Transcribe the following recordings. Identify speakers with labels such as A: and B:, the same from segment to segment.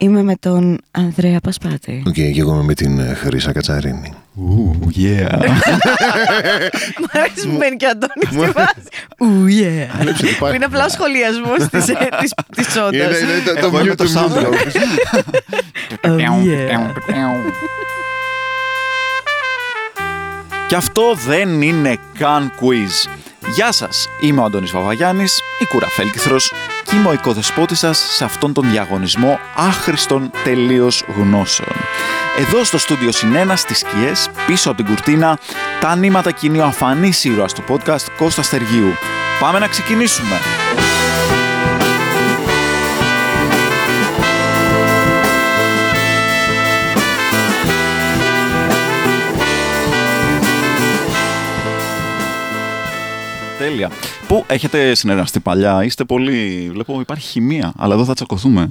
A: Είμαι με τον Ανδρέα Πασπάτη.
B: Οκ, και εγώ είμαι με την ε, Χρυσά Κατσαρίνη.
C: Ου, yeah.
A: Μ' αρέσει που μπαίνει και ο Αντώνης στη βάση. Ου, yeah.
B: Βλέπει ότι
A: Που
B: υπάρχει.
A: είναι απλά ο ε, σχολιασμό της
B: Είναι-
A: σόντας.
B: είναι το-
C: Εγώ είμαι
B: mute
C: το
B: του mute
C: soundtrack.
B: blocks.
A: Oh, yeah.
C: Και αυτό δεν είναι καν quiz. Γεια σας, είμαι ο Αντώνης Βαβαγιάννης, η Κουραφέλκυθρος και είμαι ο οικοδεσπότης σας σε αυτόν τον διαγωνισμό άχρηστων τελείως γνώσεων. Εδώ στο στούντιο Συνένα στις σκιές, πίσω από την κουρτίνα, τα νήματα κινεί ο αφανής ήρωας του podcast Κώστας Στεργίου. Πάμε να ξεκινήσουμε. Τέλεια. Πού έχετε συνεργαστεί παλιά, είστε πολύ. Βλέπω υπάρχει χημεία, αλλά εδώ θα τσακωθούμε.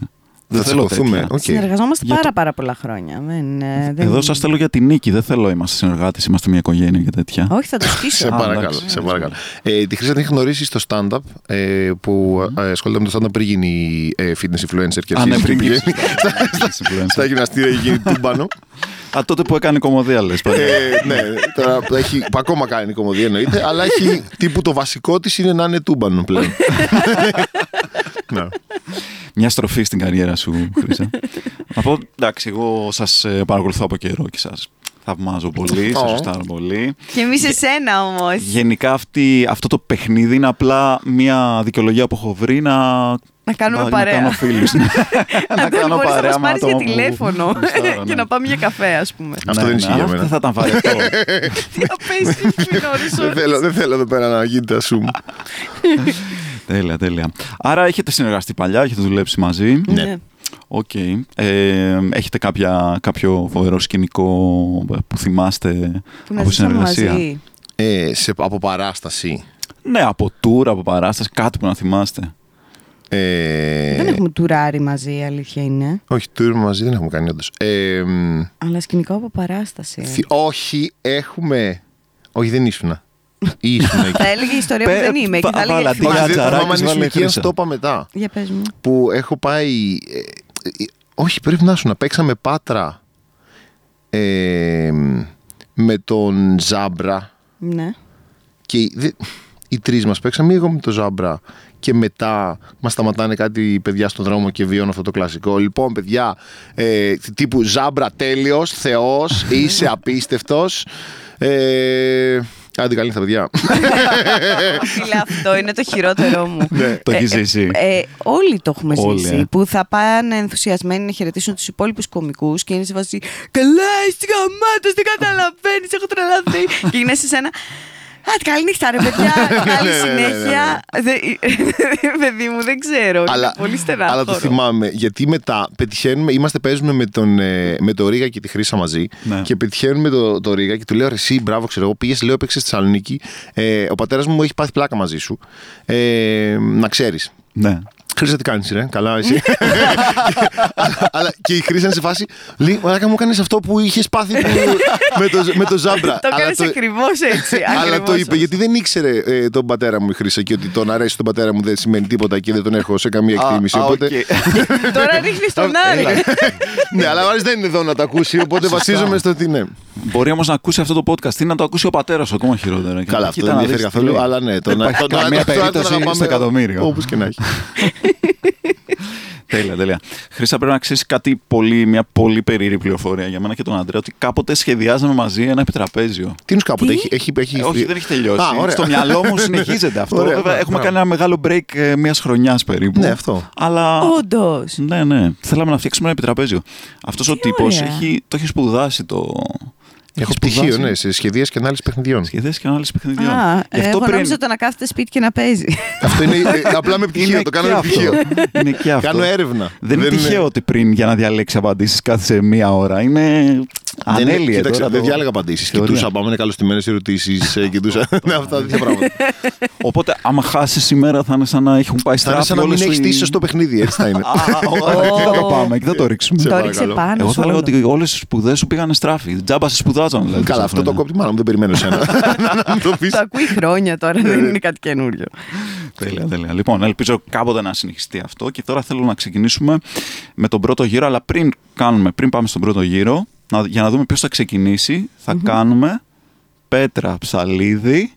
B: Θα τσακωθούμε.
C: τέτοια.
B: Οκ.
A: Συνεργαζόμαστε
C: Για το-
A: πάρα πάρα πολλά χρόνια. Δεν, ε, δεν-
C: Εδώ σας θέλω για τη νίκη. Δεν θέλω είμαστε συνεργάτες, είμαστε μια οικογένεια και τέτοια.
A: Όχι, θα το
B: Σε
A: σκίσω.
C: Α,
B: παρακαλώ.
C: εντάξει.
B: Σε παρακαλώ. Ε, τη Χρυσά την έχεις γνωρίσει στο stand-up ε, που ε, ασχολείται με το stand-up πριν γίνει ε, fitness influencer και
C: Α, ναι,
B: αρχίζει και
C: πριν
B: πηγαίνει
C: γίνει- Influencer.
B: στα γυμναστήρια και γίνει τούμπανο.
C: Α, τότε που έκανε κομμωδία, λες.
B: Ε, ναι, τώρα που έχει, που ακόμα κάνει κομμωδία εννοείται, αλλά έχει τύπου το βασικό της είναι να είναι τούμπανο πλέον. ναι.
C: Μια στροφή στην καριέρα σου, Χρυσά. Να πω, εντάξει, εγώ σας παρακολουθώ από καιρό και σας θαυμάζω πολύ, σας
B: Ω.
C: ζωστάρω πολύ.
A: Και εμείς εσένα όμως.
C: Γενικά αυτή, αυτό το παιχνίδι είναι απλά μια δικαιολογία που έχω βρει να.
A: Να κάνουμε
C: να-
A: παρέα.
C: Να κάνω φίλους. Ναι. να
A: Αντώνη,
C: κάνω
A: μπορείς να
C: παρέα
A: μας
C: με
A: πάρεις για
C: άτομα που
A: τηλέφωνο
C: γουστάρω,
A: και
C: ναι.
A: να πάμε για καφέ, ας πούμε.
B: Αυτό δεν ισχύει για
C: Αυτό
B: μένα.
C: θα ήταν βαρετό.
A: Τι να πες, μην γνωρίζω.
B: δεν, θέλω, δεν θέλω εδώ πέρα να γίνεται ασούμ.
C: τέλεια, τέλεια. Άρα έχετε συνεργαστεί παλιά, έχετε δουλέψει μαζί.
A: Ναι.
C: Οκ. Ε, έχετε κάποια, κάποιο φοβερό σκηνικό που θυμάστε
A: Που να
C: από
A: ζήσαμε
C: συνεργασία.
A: μαζί.
B: Ε, σε, από παράσταση.
C: Ναι, από tour, από παράσταση, κάτι που να θυμάστε.
B: Ε,
A: Δεν έχουμε τουράρι μαζί, η αλήθεια είναι.
B: Όχι, tour μαζί δεν έχουμε κάνει όντως. Ε, μ,
A: Αλλά σκηνικό από παράσταση.
B: θυ- όχι, έχουμε. Όχι, δεν ήσουνα. Ήσουνα εκεί.
A: Θα έλεγε η ιστορία που
C: Πε-
A: δεν είμαι και
C: πα-
A: θα έλεγε.
C: βάλα, τι-
B: Όχι, δεν
C: Τσαράκης
B: θυμάμαι αν ήσουν
C: βάλε
B: εκεί, αν
C: χρύσα.
B: σου το είπα μετά.
A: Για πες μου.
B: Που έχω πάει. ε, ε, ε, όχι, πρέπει να σου να παίξαμε πάτρα. ε, μ, με τον Ζάμπρα.
A: Ναι.
B: Και οι- δε- οι τρεις μας παίξαμε, ή εγώ με το Ζάμπρα. Και μετά μας σταματάνε κάτι παιδιά στον δρόμο και βιώνω αυτό το κλασικό. Λοιπόν, παιδιά, ε, τύπου Ζάμπρα τέλειος, Θεός, είσαι απίστευτος. Ε, άντε, καλή τα παιδιά.
A: Φίλε, αυτό είναι το χειρότερό μου.
B: Ναι,
C: Το έχεις
A: Ε,
C: ζήσει.
A: ε, όλοι το έχουμε
C: Όλοι,
A: ζήσει.
C: ε.
A: Που θα πάνε ενθουσιασμένοι να χαιρετήσουν τους υπόλοιπους κωμικού και είναι σε βάση. Καλά, είσαι γαμάτος, δεν καταλαβαίνεις, έχω τρελαθεί. και είναι σε σένα. Α, καληνύχτα ρε παιδιά, καλή
B: Ναι, ναι, ναι, ναι, ναι.
A: συνέχεια. Δε- Παιδί μου, δεν ξέρω. είναι πολύ στενά.
B: αλλά το θυμάμαι. Γιατί μετά πετυχαίνουμε, είμαστε, παίζουμε με τον, ε, με τον Ρίγα και τη Χρύσα μαζί.
C: Ναι.
B: Και πετυχαίνουμε το, το Ρίγα και του λέω: «Ρε, Εσύ, μπράβο, ξέρω εγώ. Πήγες, λέω, παίξε στη Θεσσαλονίκη. Ε, ο πατέρας μου έχει πάθει πλάκα μαζί σου. Ε, να ξέρεις.
C: Ναι.
B: Χρήσα τι κάνεις ρε, καλά εσύ. αλλά, αλλά και η Χρήσα είναι σε φάση, λέει, μαλάκα μου κάνεις αυτό που είχες πάθει που- με, το, με το ζάμπρα.
A: Το
B: Αλλά
A: κάνεις ακριβώς έτσι.
B: αλλά το
A: ακριβώς
B: είπε γιατί δεν ήξερε ε, τον πατέρα μου η Χρήσα και ότι τον αρέσει τον πατέρα μου δεν σημαίνει τίποτα και δεν τον έχω σε καμία εκτίμηση.
C: Α, α,
B: οπότε...
C: οκ.
A: αυτό. Τώρα ρίχνεις τον
B: Έλα.
A: Άρη.
B: ναι, αλλά ο Άρης δεν είναι εδώ να τα ακούσει, οπότε βασίζομαι στο ότι ναι.
C: Μπορεί όμως να ακούσει αυτό το podcast ή να το ακούσει ο πατέρας σου, ακόμα χειρότερα.
B: Καλά, αυτό δεν
C: Κοίτα να
B: ενδιαφέρει
C: δεις τι
B: καθόλου,
C: λέει.
B: αλλά ναι. το
C: Δεν
B: να-
C: υπάρχει
B: το να-
C: καμία
B: το να- το να
C: περίπτωση
B: πάμε
C: στο εκατομμύριο.
B: Όπως και να έχει.
C: Τέλεια, τέλεια. Χρήσα, πρέπει να ξέρεις κάτι πολύ, μια πολύ περίεργη πληροφορία για μένα και τον Αντρέα, ότι κάποτε σχεδιάζαμε μαζί ένα επιτραπέζιο.
B: Τι νους κάποτε, έχει- έχει...
C: Ε,
B: έχει-
C: όχι, δεν έχει τελειώσει.
B: Α, ωραία.
C: Στο μυαλό μου συνεχίζεται αυτό.
B: Ωραία,
C: Βέβαια,
B: ωραία,
C: έχουμε
B: μπράβο.
C: κάνει ένα μεγάλο break μιας χρονιάς περίπου.
B: Ναι, αυτό.
C: Αλλά.
A: Όντως.
C: Ναι, ναι. Θέλαμε να φτιάξουμε ένα επιτραπέζιο. Αυτός ο
A: Τι
C: τύπος
A: ωραία.
C: έχει, το έχει σπουδάσει το.
B: Έχω
C: έχει
B: πτυχίο,
C: σπουδάσει
B: ναι, σε σχεδίες και ανάλυση παιχνιδιών.
C: Σχεδίες και ανάλυση
B: Ναι,
C: παιχνιδιών.
A: Α,
C: Γι' αυτό
A: εγώ
C: πριν-
A: νόμιζα το να κάθεται σπίτι και να παίζει.
B: Αυτό είναι ε, απλά με πτυχίο,
C: Είναι
B: το κάνω
C: και
B: με
C: αυτό.
B: πτυχίο.
C: Είναι και αυτό.
B: Κάνω έρευνα.
C: Δεν, είναι τυχαίο ότι πριν για να διαλέξει απαντήσεις κάθεσαι μία ώρα. Είναι
B: Δεν,
C: ανέλυε.
B: κοίταξε,
C: τώρα
B: δεν
C: το-
B: διάλεγα απαντήσεις.
C: Θεωρία.
B: Κοιτούσα, πάμε είναι καλωστημένες ερωτήσεις. Κοιτούσα. Ναι, αυτά τέτοια πράγματα.
C: Οπότε, άμα χάσεις σήμερα, θα είναι σαν να έχουν πάει
B: Θα είναι
C: στραβά.
B: σαν να μην έχει τύχει στο παιχνίδι, έτσι θα είναι.
C: Εκεί θα το πάμε, εκεί θα το ρίξουμε.
B: Σε
A: Το
B: παρακαλώ.
A: ρίξε πάνω.
C: Εγώ
A: σε
C: θα λέω
A: όλο.
C: ότι όλες τι σπουδές σου πήγαν στράφη. Τζάμπα σε σπουδάζαν. Δηλαδή,
B: Καλά,
C: τόσα
B: αυτό το
C: χρόνια.
B: κόπτη μάλλον δεν περιμένω σένα. Να μου το πεις. Ε,
A: Το ακούει χρόνια τώρα, δεν είναι κάτι καινούριο.
C: Τέλεια, τέλεια. Λοιπόν, ελπίζω κάποτε να συνεχιστεί αυτό και τώρα θέλω να ξεκινήσουμε με τον πρώτο γύρο. Αλλά πριν, κάνουμε, πριν πάμε στον πρώτο γύρο, να, για να δούμε ποιος θα ξεκινήσει, θα κάνουμε πέτρα ψαλίδι.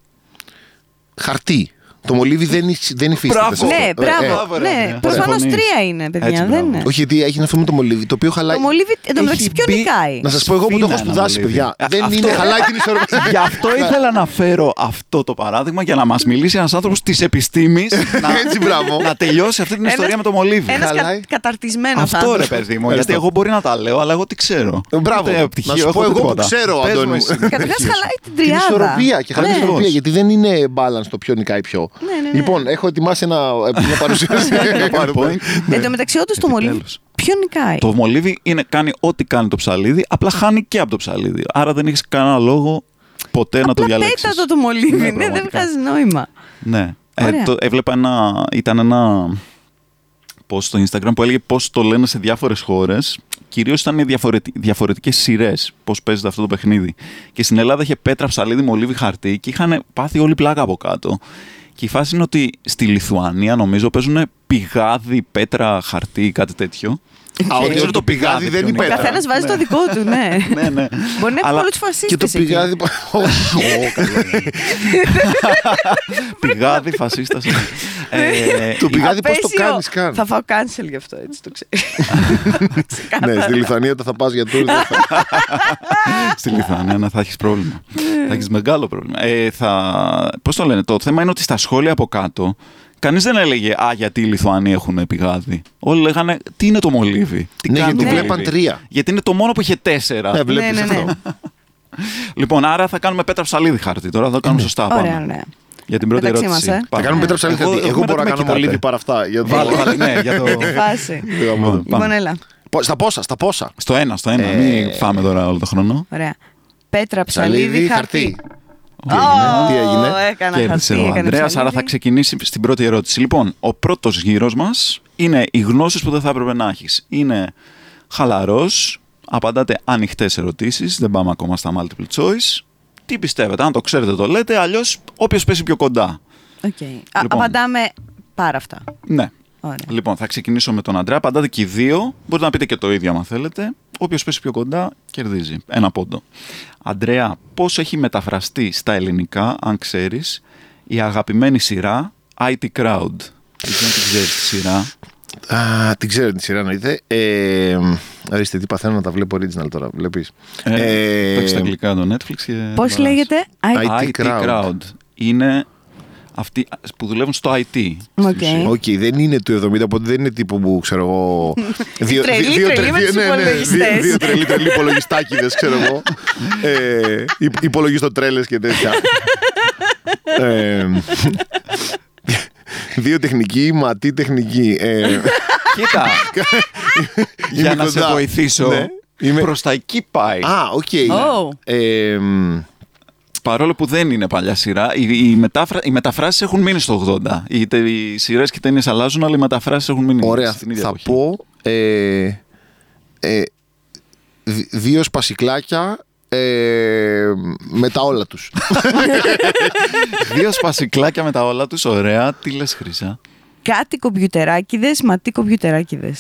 B: Χαρτί. Το μολύβι δεν, υφ- δεν υφίσταται.
C: Μπράβο.
B: σε αυτό.
A: Ναι,
B: Ε, ε,
A: μπράβο.
C: μπράβο, ρε,
A: Ναι,
C: ναι.
A: προφανώ
C: Συμφωνείς.
A: τρία είναι,
C: Έτσι,
A: παιδιά.
C: μπράβο.
A: Δεν είναι.
B: όχι, γιατί έχει ένα θέμα με το μολύβι, το οποίο χαλάει.
A: Το μολύβι, εν τω μεταξύ,
C: Έχει
A: ποιον
C: μπει-
A: νικάει.
B: Να σας πω εγώ που το έχω
C: Σφήνα ένα
B: σπουδάσει,
C: μολύβι.
B: παιδιά.
C: Α,
B: Δεν
C: αυτό-
B: είναι, χαλάει την ισορροπία.
C: Γι' αυτό ήθελα να φέρω αυτό το παράδειγμα για να μας μιλήσει ένας άνθρωπος της επιστήμης
B: Έτσι, μπράβο.
C: να, να τελειώσει αυτή την
A: Ένας-
C: ιστορία με το μολύβι.
A: Ένας
B: Χαλάει.
A: κα, καταρτισμένο
C: Αυτό ρε παιδί μου, γιατί
B: Ευχαριστώ.
C: εγώ μπορεί να τα λέω, αλλά εγώ τι ξέρω.
B: Ε, μπράβο.
C: Ούτε
B: Να σου
C: έχω
B: πω εγώ
C: τίποτα.
B: που ξέρω,
C: Πες
B: Αντώνη.
C: μου εσύ.
A: Καταρχάς χαλάει την
B: Την
A: τριάδα.
B: ισορροπία και χαλάει την
A: Ναι.
B: ισορροπία, γιατί δεν είναι balance το ποιο νικάει ποιο.
A: Ναι, ναι, ναι.
B: Λοιπόν, έχω ετοιμάσει ένα, ε, μια παρουσίαση.
C: Ένα PowerPoint.
A: Εν τω μεταξύ, όντως το μολύβι.
C: Επιτέλους.
A: Ποιον νικάει.
C: Το μολύβι είναι, κάνει ό,τι κάνει το ψαλίδι, απλά χάνει και από το ψαλίδι. Άρα δεν έχεις κανένα λόγο ποτέ να το
A: Απλά
C: διαλέξεις.
A: πέτα το το μολύβι. Ναι,
C: Ναι,
A: δεν
C: πραγματικά.
A: βγάζει νόημα.
C: Ναι. Ε,
A: Ωραία.
C: το, έβλεπα ένα. ήταν ένα. Πώ στο Instagram που έλεγε πώς το λένε σε διάφορες χώρες. Κυρίως ήταν διαφορετι, διαφορετικές σειρές πώς παίζεται αυτό το παιχνίδι. Και στην Ελλάδα είχε πέτρα, ψαλίδι, μολύβι, χαρτί και είχαν πάθει όλη πλάκα από κάτω. Και η φάση είναι ότι στη Λιθουανία νομίζω παίζουν πηγάδι, πέτρα, χαρτί ή κάτι τέτοιο.
B: Α,
C: Δεν
B: ότι
C: ξέρω
B: το πηγάδι δεν
C: ποιο
B: είναι
C: είναι.
B: πέτρα.
A: Καθένας βάζει
C: Ναι.
A: το δικό του, ναι.
C: ναι, ναι.
A: Μπορεί να έχει
C: Αλλά
A: πολλούς
B: Και το
A: φασίστε.
B: πηγάδι. Όχι,
C: πηγάδι φασίστας. ε,
B: Το πηγάδι πώς το κάνεις καν.
A: Θα φάω cancel γι' αυτό, έτσι το ξέρει.
B: Ναι, στη Λιθουανία το θα πας για τούρ. δεν θα-
C: Στη Λιθουανία να θα έχεις πρόβλημα. θα έχεις μεγάλο πρόβλημα. Ε, θα... Πώς το λένε, το θέμα είναι ότι στα σχόλια από κάτω κανείς δεν έλεγε Α, γιατί οι Λιθουανοί έχουν πηγάδι. Όλοι λέγανε Τι είναι το μολύβι. Τι
B: Ναι,
C: κάνει
B: γιατί
C: το μολύβι?»
B: βλέπαν τρία.
C: Γιατί είναι το μόνο που είχε τέσσερα.
B: Ναι,
A: Ναι,
B: βλέπεις
A: ναι, ναι.
B: αυτό.
C: Λοιπόν, άρα θα κάνουμε πέτρα ψαλίδι χαρτί. Τώρα θα το κάνουμε σωστά.
A: Ωραία,
C: πάμε.
A: ναι.
C: Για την πρώτη
A: Μεταξύ
C: ερώτηση.
A: μας, ε.
C: Πάμε.
B: Θα κάνουμε πέτρα ψαλίδι.
C: Εγώ-
B: χαρτί. Εγώ
C: εμένα
B: μπορώ
C: δεν
B: να
C: με
B: κάνω
C: κοιτάτε.
B: μολύβι παρά αυτά. για το-
C: Βάλε, βάλε, ναι, για το.
A: Φάση.
B: Λοιπόν,
C: πάμε.
A: Λοιπόν, έλα.
B: Πο- Στα πόσα, στα πόσα.
C: Στο ένα, στο
B: Ε,
C: ένα. Μην φάμε τώρα όλο τον χρόνο.
A: Ωραία. Πέτρα, ψαλίδι, χαρτί.
B: Τι έγινε, Τι έγινε.
A: Έκανα
C: Κέρδισε
A: χαρτί,
C: ο
A: έκανα
C: Ανδρέα, άρα
A: ψαλίδι.
C: θα ξεκινήσει στην πρώτη ερώτηση. Λοιπόν, ο πρώτος γύρος μας είναι οι γνώσεις που δεν θα έπρεπε να έχεις. Είναι χαλαρός, απαντάτε ανοιχτές ερωτήσεις, δεν πάμε ακόμα στα multiple choice. Τι πιστεύετε, αν το ξέρετε το λέτε, αλλιώς όποιος πέσει πιο κοντά.
A: Οκ. Α,
C: Λοιπόν.
A: Απαντάμε πάρα αυτά.
C: Ναι.
A: Ωραία.
C: Λοιπόν, θα ξεκινήσω με τον Αντρέα. Απαντάτε και οι δύο. Μπορείτε να πείτε και το ίδιο, αν θέλετε. Όποιος πέσει πιο κοντά, κερδίζει ένα πόντο. Αντρέα, πώς έχει μεταφραστεί στα ελληνικά, αν ξέρεις, η αγαπημένη σειρά IT Crowd. Εκεί αν την ξέρεις τη σειρά.
B: Α, την ξέρω τη σειρά εννοείται. Ε, ορίστε, τι παθαίνω να τα βλέπω original τώρα. Βλέπεις.
C: Ε, το έχεις στα αγγλικά το Netflix. και-
A: Πώς λέγεται.
B: Α,
A: Α, ε,
B: IT
C: IT Crowd.
B: Crowd.
C: Είναι αυτοί που δουλεύουν στο IT. στην
A: Οκ.
C: ουσία.
B: Οκ, δεν είναι του 70, οπότε δεν είναι τύπου που ξέρω εγώ. Δύο
A: Τρελή,
B: δύο- δύο-
A: τρελή με
B: δύο-
A: τους
B: ναι, ναι, δύο-
A: υπολογιστές.
B: Δύο τρελοί, τρελοί υπολογιστάκιδε, ξέρω εγώ. Ε, υ- Υπολογιστοτρέλε και τέτοια. Ε, Δύο τεχνικοί, μα τι τεχνική. Ε,
C: Κοίτα, για
B: είμαι
C: να σε
B: κοντά.
C: βοηθήσω.
B: Ναι, είμαι-
C: Προς τα εκεί πάει.
B: Α, οκ.
A: Oh.
B: Ε, μ,
C: Παρόλο που δεν είναι παλιά σειρά, οι, οι, μετάφρα... οι μεταφράσεις έχουν μείνει στο 80. Οι, τε- οι σειρές και οι ταινίες αλλάζουν, αλλά οι μεταφράσεις έχουν μείνει
B: Ωραία,
C: στην ίδια
B: θα
C: εποχή.
B: πω ε, ε, δ- δύο σπασικλάκια ε, με τα όλα τους.
C: Δύο σπασικλάκια με τα όλα τους. Ωραία, τι λες, Χρυσά.
A: Κάτι κομπιουτεράκιδε, μα τι κομπιουτεράκιδε.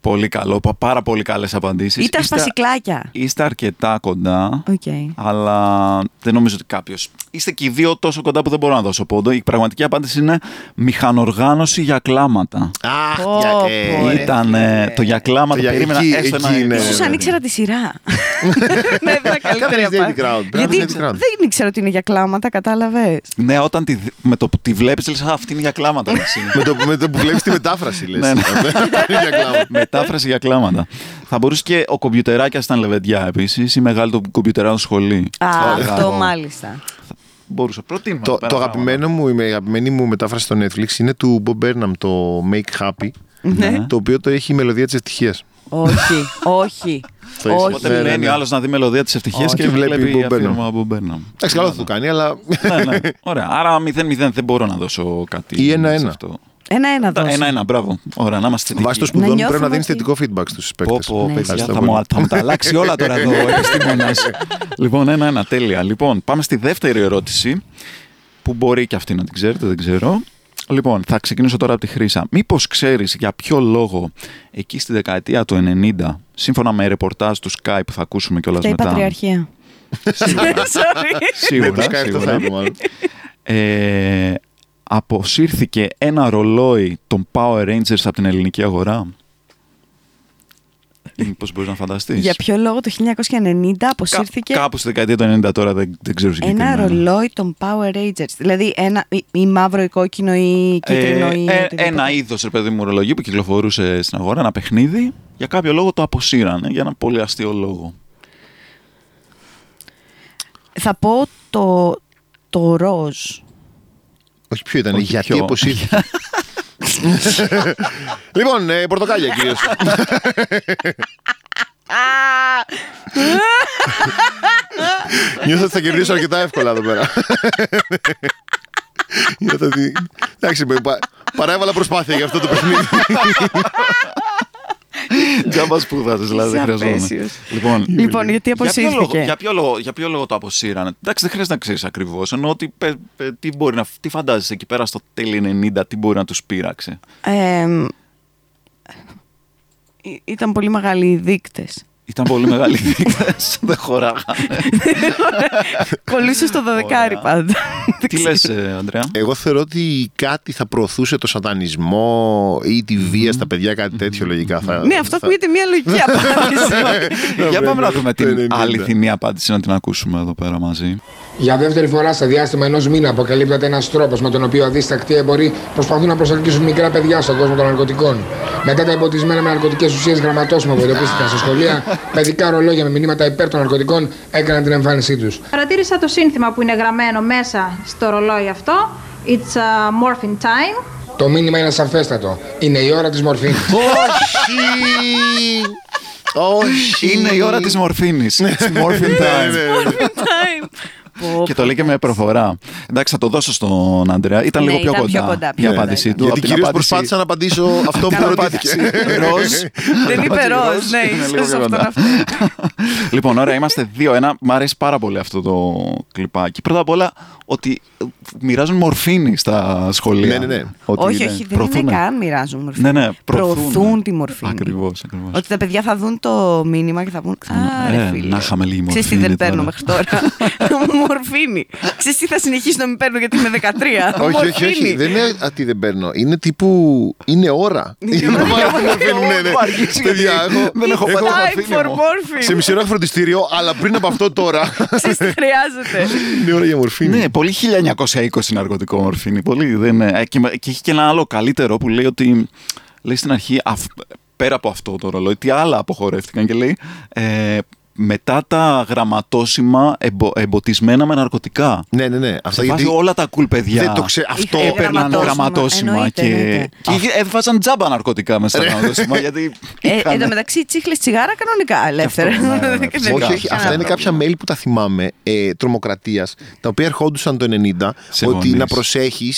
C: Πολύ καλό, πα- πάρα πολύ καλές απαντήσεις.
A: Ή τα σπασικλάκια.
C: Είστε αρκετά κοντά,
A: Οκ.
C: αλλά δεν νομίζω ότι κάποιος. Είστε και οι δύο τόσο κοντά που δεν μπορώ να δώσω πόντο. Η πραγματική απάντηση είναι μηχανοργάνωση για κλάματα.
B: Αχ,
A: Πω,
B: για-
A: πω,
B: ε,
A: ρε.
C: Ήταν ε, το για κλάματα.
B: Το για-
C: περίμενα
B: εκεί-
C: έστω
B: εκεί
C: ένα.
B: είναι.
A: Ίσως
B: Ίσως
A: αν ήξερα τη σειρά. Ναι, ήταν καλύτερη
B: Κάνεις Daily
A: απάντηση.
B: Crown, κάνεις
A: Γιατί
B: Daily Crown.
A: δεν ήξερα ότι είναι για κλάματα, κατάλαβες.
C: Ναι, όταν τη, δι- με το που τη βλέπεις, λες, αυτή είναι για κλάματα. ρε, εσύ».
A: Ναι.
B: με, το, με το που βλέπεις τη μετάφραση λες.
C: Ναι, ναι.
B: Για κλάμα.
C: Μετάφραση για κλάματα. Θα μπορούσε και ο κομπιουτεράκιας ήταν λεβεντιά επίσης, ή μεγάλο το κομπιουτερά στο σχολείο.
A: Α,
C: Στο
A: αυτό
C: εργό.
A: μάλιστα.
C: Μπορούσα. Προτείνουμε.
B: το,
C: εδώ πέρα
B: το
C: ναι.
B: αγαπημένο μου, η με- αγαπημένη μου μετάφραση στο Netflix είναι του Bob Burnham, το Make Happy,
A: Ναι.
B: το οποίο το έχει η μελωδία της ευτυχίας.
A: Όχι, όχι.
B: Το είσαι.
A: όχι.
C: πράγματα.
B: Ναι,
C: Οπότε
B: ναι,
C: μένει
B: ναι.
C: ο άλλος να δει μελωδία της ευτυχίας
B: Όχι,
C: και
B: βλέπει
C: βλέπει
B: Bob
C: αυτή
B: Burnham.
C: από Μπέρναμ.
B: Εντάξει, καλό θα του κάνει, αλλά
C: Ναι, ναι. Ωραία. Άρα 0-0 δεν μπορώ να δώσω κάτι.
B: Ή
C: σε
B: ένα-ένα.
C: αυτό.
A: Ένα-ένα
C: Τα-
A: δώσε.
C: Ένα-ένα, μπράβο. Ωραία, να είμαστε
B: βάσει
C: θετικοί.
B: των σπουδών μου πρέπει να
A: νιώθουμε
B: δίνεις
A: ότι- Ναι.
B: θετικό feedback στους
C: Πω,
B: παίκτες. Ναι,
C: πω, παιδιά,
B: Ευχαριστώ
C: θα
B: πολύ.
C: μου, θα μου τα αλλάξει όλα τώρα εδώ ο επιστήμονας. λοιπόν, ένα, ένα, τέλεια. Λοιπόν, πάμε στη δεύτερη ερώτηση, που μπορεί και αυτή να την ξέρετε, δεν ξέρω. Λοιπόν, θα ξεκινήσω τώρα από τη Χρύσα. Μήπως ξέρεις για ποιο λόγο εκεί στη δεκαετία του 90, σύμφωνα με ρεπορτάζ του Sky που θα ακούσουμε κιόλας
D: Τα η
C: μετά.
D: Πατριαρχία. Sorry.
C: Σίγουρα,
B: Μήπως κάτι το
C: σίγουρα.
B: θέμα, μάλλον.
C: Ε, αποσύρθηκε ένα ρολόι των Power Rangers από την ελληνική αγορά. Μήπως μπορείς να φανταστείς.
D: Για ποιο λόγο το 1990 αποσύρθηκε
C: Κα- κάπου στη δεκαετία του 90 τώρα δεν, δεν ξέρω
D: ένα
C: συγκεκριμένα.
D: ρολόι των Power Rangers. Δηλαδή ένα, ή, ή μαύρο ή κόκκινο ή κίτρινο
C: Ε,
D: ή.
C: ε,
D: οτιδήποτε.
C: ένα είδος ρε παιδί μου ρολογίου που κυκλοφορούσε στην αγορά, ένα παιχνίδι. Για κάποιο λόγο το αποσύρανε, για ένα πολύ αστείο λόγο.
D: Θα πω το, το ροζ.
B: Όχι ποιο ήταν,
C: Όχι
B: γιατί
C: ποιο.
B: αποσύρθηκε. λοιπόν, ε, πορτοκάλια κυρίως. Νιώθω ότι θα κερδίσω αρκετά εύκολα εδώ πέρα. Νιώθω ότι. Εντάξει, με πα- παρέβαλα προσπάθεια για αυτό το παιχνίδι.
C: Τζάμπα σπούδασε, δηλαδή δεν
A: Είσαι
C: χρειαζόταν.
A: απέσιος.
C: Λοιπόν,
A: Λοιπόν, γιατί
C: για ποιο, λόγο,
A: αποσύρθηκε.
C: για, ποιο λόγο, για ποιο λόγο το αποσύρανε. Εντάξει, δεν χρειάζεται να ξέρεις ακριβώς. Ενώ ότι, πε- πε- τι, μπορεί να, τι φαντάζεσαι εκεί πέρα στο τέλειο 90, τι μπορεί να τους πείραξε.
A: Εμ,
D: ε,
A: ή- ήταν πολύ μεγάλοι οι δείκτες.
C: Ήταν πολύ μεγάλη δείκτε, δεν χωράγανε.
A: Κολλήσω στο δωδεκάρι
C: Ωραία.
A: πάντα. Δεν
C: τι ε,
A: ξέρω.
C: λε, Αντρέα.
B: Εγώ θεωρώ ότι κάτι θα προωθούσε το σατανισμό ή τη βία στα παιδιά, κάτι τέτοιο λογικά. θα-
A: Ναι, αυτό
B: θα-
A: ακούγεται μια λογική απάντηση.
C: Για πάμε να δούμε
B: Το 90.
C: την αληθινή απάντηση να την ακούσουμε εδώ πέρα μαζί.
E: Για δεύτερη φορά, σε διάστημα ενός μήνα, αποκαλύπτεται ένας τρόπος με τον οποίο αδίστακτοι έμποροι προσπαθούν να προσελκύσουν μικρά παιδιά στον κόσμο των ναρκωτικών. Μετά τα εμποτισμένα με ναρκωτικές ουσίες γραμματόσημα που εντοπίστηκαν στα σχολεία, παιδικά ρολόγια με μηνύματα υπέρ των ναρκωτικών έκαναν την εμφάνισή τους.
F: Παρατήρησα το σύνθημα που είναι γραμμένο μέσα στο ρολόι αυτό. It's a morphine time.
E: Το μήνυμα είναι σαφέστατο. Είναι η ώρα της μορφή.
B: Όχι! Όχι!
C: Είναι η ώρα της μορφήνης.
B: Ναι.
C: It's morphine time.
A: Πω,
C: Και το λέει και με προφορά. Εντάξει, θα το δώσω στον Αντρέα. Ήταν
D: Ναι,
C: λίγο πιο
D: ήταν πιο
C: κοντά
D: κοντά,
C: η
D: πιο κοντά
C: απάντησή
D: ήταν.
C: του.
B: Γιατί
C: Απ' την
B: κυρίως
C: απάντηση-
B: προσπάθησα να απαντήσω αυτό που
C: Κάνω
B: ρωτήθηκε.
C: απάντηση. Ροζ.
A: Δεν είπε
C: Απάντηση
A: ροζ, ναι,
C: Είναι
A: ίσως
C: λίγο πιο
A: αυτό
C: κοντά.
A: να
C: Λοιπόν, ωραία, είμαστε 2-1. Μ' αρέσει πάρα πολύ αυτό το κλιπάκι. Πρώτα απ' όλα ότι μοιράζουν μορφήνη στα σχολεία.
B: Ναι, ναι, ναι.
C: Ότι
A: Όχι,
C: είναι-
A: όχι, δεν
C: προωθούν.
A: είναι καν μοιράζουν μορφή.
C: Ναι, ναι,
A: προωθούν τη μορφή.
C: Ακριβώς, ακριβώς.
A: Ότι τα παιδιά θα δουν το μήνυμα και θα πούν Α,
C: Ε,
A: ρε φίλε.
C: να είχαμε λίγη δηλαδή.
A: Ξέρεις τι
C: μορφήνη
A: δεν
C: τώρα».
A: παίρνω μέχρι τώρα. μορφήνη. Ξέρεις τι θα συνεχίσω να μην παίρνω γιατί είμαι 13.
B: Όχι, όχι, όχι.
A: Μορφήνη.
B: Δεν είναι α, τι δεν παίρνω. Είναι τύπου. Είναι ώρα. Είναι ώρα. Ναι, ναι.
C: Μου αργήσει,
B: Παιδιά,
C: γιατί
B: έχω-
C: δεν έχω
B: έχω-
C: πάει το
A: Time
C: μορφήνη
A: for
C: μου.
B: Σε
A: morphine.
B: μισή ώρα έχω φροντιστήριο, αλλά πριν από αυτό τώρα.
A: Ξέρεις τι χρειάζεται.
B: Είναι ώρα για μορφή.
C: Ναι, πολύ 1920 ναρκωτικό μορφήνη. Πολύ, δεν, ε, και, και έχει και ένα άλλο καλύτερο που λέει ότι. Λέει στην αρχή, αφ- πέρα από αυτό το ρολόι, τι άλλα αποχωρεύτηκαν και λέει. Ε, μετά τα γραμματόσημα εμπο, εμποτισμένα με ναρκωτικά.
B: Ναι, ναι, ναι. Αυτά
C: Σε βάση όλα τα cool παιδιά.
B: Δεν το ξέ- αυτό-
C: έπαιρναν
A: Γραμματόσημα,
C: γραμματόσημα
A: εννοείται,
C: και,
A: εννοείται.
C: και είχε- έβαζαν τζάμπα ναρκωτικά μέσα στα γραμματόσημα. γιατί.
A: Ε,
C: είχαν-
A: Εν τω μεταξύ, τσίχλες τσιγάρα κανονικά ελεύθερα.
C: αυτό, ναι, ναι, ναι,
A: Δεν- δεν-
C: φυσικά.
B: Όχι,
A: δεν-
B: όχι. Αυτά είναι
C: Κανένα
B: κάποια mail που τα θυμάμαι ε, τρομοκρατίας, τα οποία ερχόντουσαν το 90,
C: Σε
B: ότι
C: γονείς. Ναι.
B: να προσέχει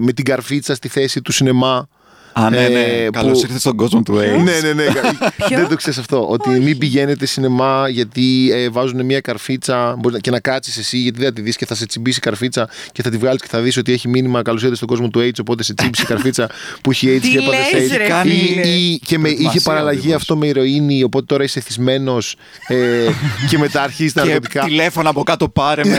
B: με την καρφίτσα στη θέση του σινεμά.
C: Α, ναι, ναι.
B: ε,
C: Καλώ
B: που-
C: ήρθες στον κόσμο του AIDS.
B: Ναι, ναι, ναι. Δεν το ξέρεις αυτό. Ότι μην πηγαίνετε σινεμά γιατί ε, βάζουν μια καρφίτσα μπορεί να- και να κάτσεις εσύ γιατί δεν θα τη δεις και θα σε τσιμπήσει η καρφίτσα και θα τη βγάλεις και θα δεις ότι έχει μήνυμα καλώς ήρθατε στον κόσμο του AIDS. Οπότε σε τσιμπήσει η καρφίτσα που έχει AIDS
A: Τι
B: και έπαθε
A: λες,
B: AIDS.
A: ρε,
B: Ή-
A: φίλε.
B: ή- Και με, είχε
C: Προετοιμασία
B: παραλλαγή
C: οδηγός.
B: αυτό με ηρωίνη, οπότε τώρα είσαι θυσμένο και μετά αρχίζεις τα
C: Και
B: ναρκωτικά.
C: τηλέφωνα από κάτω πάρε
A: Ναι,
C: με.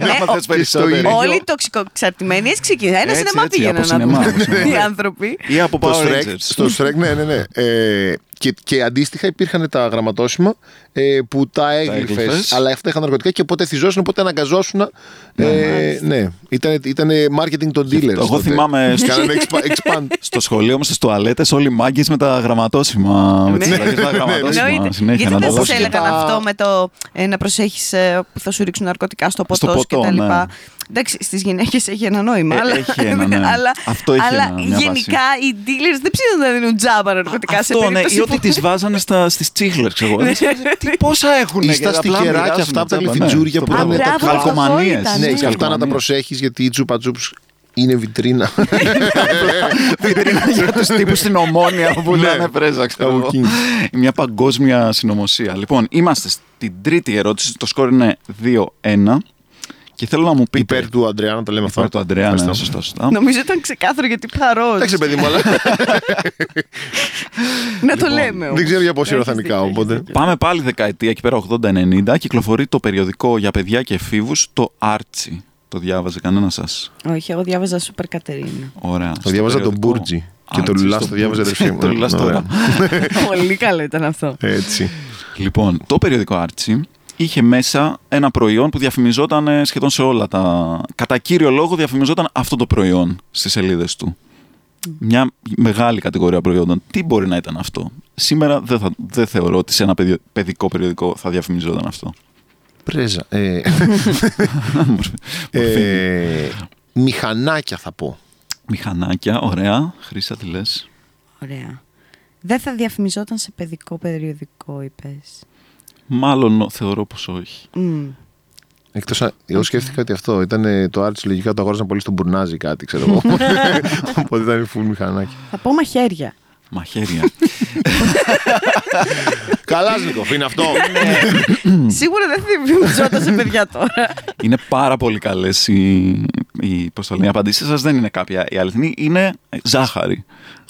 C: Να
A: ο-
C: θες περισσότερο.
B: ίδιο.
A: Όλοι οι τοξικοξαρτημένοι έτσι ξεκινάνε. Ένα
C: Έτσι,
A: σινεμά
C: έτσι,
A: πήγαιναν
C: από
A: να
C: σινεμά,
A: δουν
C: από σινεμά.
A: οι άνθρωποι.
C: Ή από
B: Το
C: Power
B: Shrek,
C: Rangers.
B: στο Shrek, ναι, ναι, ναι. Ε, και, και αντίστοιχα υπήρχαν τα γραμματόσημα ε, που τα έγλυφες,
C: έγλυφες.
B: αλλά αυτά είχαν ναρκωτικά και οπότε θυζώσουν, οπότε αναγκαζόσουν. Ε, ναι, Ήταν, ήτανε marketing των dealers.
C: Εγώ
B: τότε.
C: θυμάμαι στο-
B: Κάνανε expa- expand.
C: Στο σχολείο μου, στις τουαλέτες, όλοι οι μάγκες με τα γραμματόσημα. Με τι
A: Ναι.
C: πλακέ τα γραμματόσημα.
A: Εννοείται.
C: Συνέχεια
A: Γιατί
C: να τα
A: δεν σας
C: δώσω.
B: έλεγα.
A: έλεγαν
B: τα-
A: αυτό με το ε, να προσέχεις που θα σου ρίξουν ναρκωτικά στο ποτό, σου
C: ποτό,
A: κτλ.
C: ναι.
A: Εντάξει, στις γυναίκες έχει ένα νόημα.
C: Ε,
A: αλλά,
C: έχει ένα, ναι.
A: αλλά,
C: Αυτό έχει
A: αλλά
C: ένα, μια βάση.
A: γενικά οι dealers δεν ψήνουν να δίνουν τζάμπα ναρκωτικά σε
C: Αυτό, ναι,
A: περίπτωση
C: ή ότι
A: που- Ναι.
C: τις βάζανε στις τσίχλες, ξέρω εγώ. Δηλαδή, Τι- Πόσα έχουν
B: Ή στα στικεράκια αυτά από τα
C: ναι.
B: γλυφιτζούρια που
A: Α,
B: ήταν
A: μπράβο,
B: τα
A: καλκομανίες.
C: καλκομανίες.
A: ήταν,
B: ναι,
A: ναι.
B: και αυτά να τα προσέχεις γιατί οι τσούπα τσούπς είναι βιτρίνα.
C: Βιτρίνα για τους τύπους στην ομόνια που πουλάνε
B: Ναι.
C: πρέζα, ξέρω εγώ.
B: Καβουκίνης.
C: Μια παγκόσμια συνωμοσία. Λοιπόν, είμαστε στην τρίτη ερώτηση. Το σκορ είναι 2-1. Και θέλω να μου πείτε.
B: Υπέρ του Αντρέα, να το λέμε αυτό.
C: Υπέρ του Αντρέα, ναι,
B: Ευχαριστώ.
C: σωστό, σωστά.
A: Νομίζω ήταν ξεκάθαρο γιατί παρό.
B: Εντάξει, παιδί μου, αλλά
A: Να
C: λοιπόν,
A: το λέμε. όμως.
B: δεν ξέρω για πόση ώρα θα
A: Έχεις
B: νικάω.
A: δίκιο,
B: Οπότε.
C: Πάμε πάλι δεκαετία, εκεί πέρα 80-90, κυκλοφορεί το περιοδικό για παιδιά και εφήβους, το Άρτσι. Το διάβαζε κανένας σας.
A: Όχι, εγώ διάβαζα Σούπερ Κατερίνα.
C: Ωραία.
B: Το διάβαζα τον Μπούρτζι. Και το Λουλά το διάβαζε αδερφή μου.
C: Το Λουλάς
B: Ωραία.
C: τώρα.
A: Πολύ καλό ήταν αυτό.
B: Έτσι.
C: Λοιπόν, το περιοδικό Άρτσι είχε μέσα ένα προϊόν που διαφημιζόταν ε, σχεδόν σε όλα τα. Κατά κύριο λόγο διαφημιζόταν αυτό το προϊόν στις σελίδες του. Μια μεγάλη κατηγορία προϊόντων. Τι μπορεί να ήταν αυτό. Σήμερα δεν, θα, δεν θεωρώ ότι σε ένα παιδιο- παιδικό περιοδικό θα διαφημιζόταν αυτό.
B: Πρέζα. ε,
C: Μορφή- μορφή.
B: ε, Μηχανάκια θα πω.
C: Μηχανάκια, ωραία. Χρήσα, τι λες.
A: Ωραία. Δεν θα διαφημιζόταν σε παιδικό περιοδικό, είπες.
C: Μάλλον θεωρώ πως όχι.
B: Εκτό αν. Εγώ σκέφτηκα ότι αυτό ήταν ε, το Arts λογικά το αγόρασαν πολύ στον Μπουρνάζι κάτι, ξέρω εγώ. Οπότε ήταν full μηχανάκι.
A: Θα πω μαχαίρια.
C: Μαχαίρια.
B: Καλάζνικοφ είναι αυτό.
A: Σίγουρα δεν θα διαφημιζόταν σε παιδιά τώρα.
C: Είναι πάρα πολύ καλές οι, οι, πώς το λένε, οι απαντήσεις σας. Δεν είναι κάποια η αληθινή. Είναι ζάχαρη.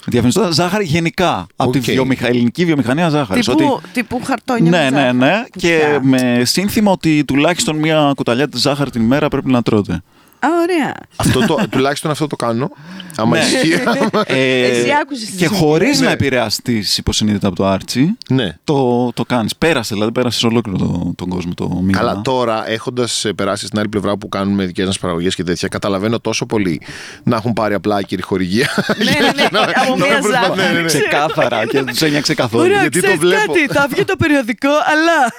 C: Διαφημιστόταν ζάχαρη γενικά. Από τη
B: Οκ.
C: βιομηχα... ελληνική βιομηχανία ζάχαρης.
A: τύπου, τύπου χαρτόνια.
C: Ναι,
A: με
C: ναι,
A: ζάχαρη,
C: ναι. Και
A: κουτιά.
C: με σύνθημα ότι τουλάχιστον μία κουταλιά τη ζάχαρη την μέρα πρέπει να τρώτε.
A: Α, ωραία.
B: αυτό το, τουλάχιστον αυτό το κάνω. Άμα
C: Ναι.
B: ισχύει. άμα-
C: Ε,
A: Εσύ άκουσες Ναι. τη
C: και
A: συζήτηση.
C: χωρίς να επηρεαστείς υποσυνείδητα από το Άρτσι,
B: ναι.
C: το, το κάνεις. Πέρασε, δηλαδή, πέρασες ολόκληρο το- τον κόσμο το μήνυμα.
B: Καλά, τώρα έχοντας περάσει στην άλλη πλευρά που κάνουμε δικές μας παραγωγές και τέτοια, καταλαβαίνω τόσο πολύ να έχουν πάρει απλά άκυρη χορηγία.
A: ναι, ναι, ναι, από
B: Να
A: μία
B: προσπαθώ, ναι, ναι,
A: ζάχαρη.
B: ναι.
A: ξέρω.
C: Ξεκάθαρα και δεν τους ένιωξε καθόλου.
A: Ωραία,
B: γιατί το
A: ξέρεις
B: βλέπω.
A: κάτι, θα βγει το περιοδικό, αλλά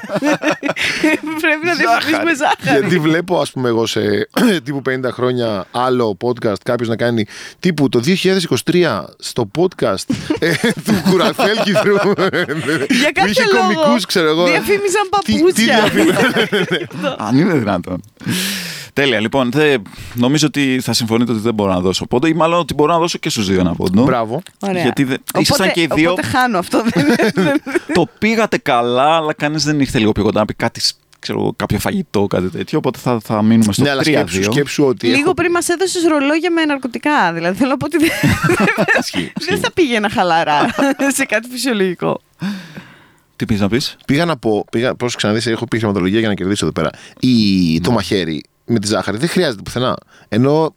A: πρέπει να διαφημίσουμε ζάχαρη.
B: Γιατί βλέπω, ας πούμε, εγώ σε τύπου 50 χρόνια άλλο podcast κάποιος να κάνει τύπου το 2023 στο podcast ε, του Κουραφέλκηθρου.
A: Για
B: που είχε
A: κάποιο λόγο
B: κωμικούς, ξέρω εγώ.
A: διαφήμιζαν
B: Τι- τι
A: παπούτσια.
B: διαφήμιζαν.
C: Αν είναι δυνατόν. Τέλεια, λοιπόν. δεν- νομίζω ότι θα συμφωνείτε ότι δεν μπορώ να δώσω πόντο ή μάλλον ότι μπορώ να δώσω και στους δύο ένα πόντο.
B: Μπράβο.
A: Ωραία.
C: Γιατί δεν-
A: Οπότε-
C: ήσασταν και οι δύο-
A: Οπότε χάνω αυτό. δεν- δεν-
C: Το πήγατε καλά, αλλά κανείς δεν ήρθε λίγο πιο κοντά να πει κάτι, σ- ξέρω, εγώ, κάποιο φαγητό, κάτι τέτοιο. Οπότε θα, θα μείνουμε στο
B: Ναι, αλλά
C: 3-2.
B: σκέψου, σκέψου ότι.
A: Λίγο
B: έχω-
A: πριν μας έδωσες ρολόγια με ναρκωτικά. Δηλαδή θέλω να πω ότι δεν- δεν θα πήγαινα χαλαρά σε κάτι φυσιολογικό.
C: Τι πεις να πεις.
B: Πήγα να πω, πήγα, πώς ξαναδείς, έχω πει χρηματολογία για να κερδίσω εδώ πέρα. Η, το μαχαίρι με τη ζάχαρη δεν χρειάζεται πουθενά. Ενώ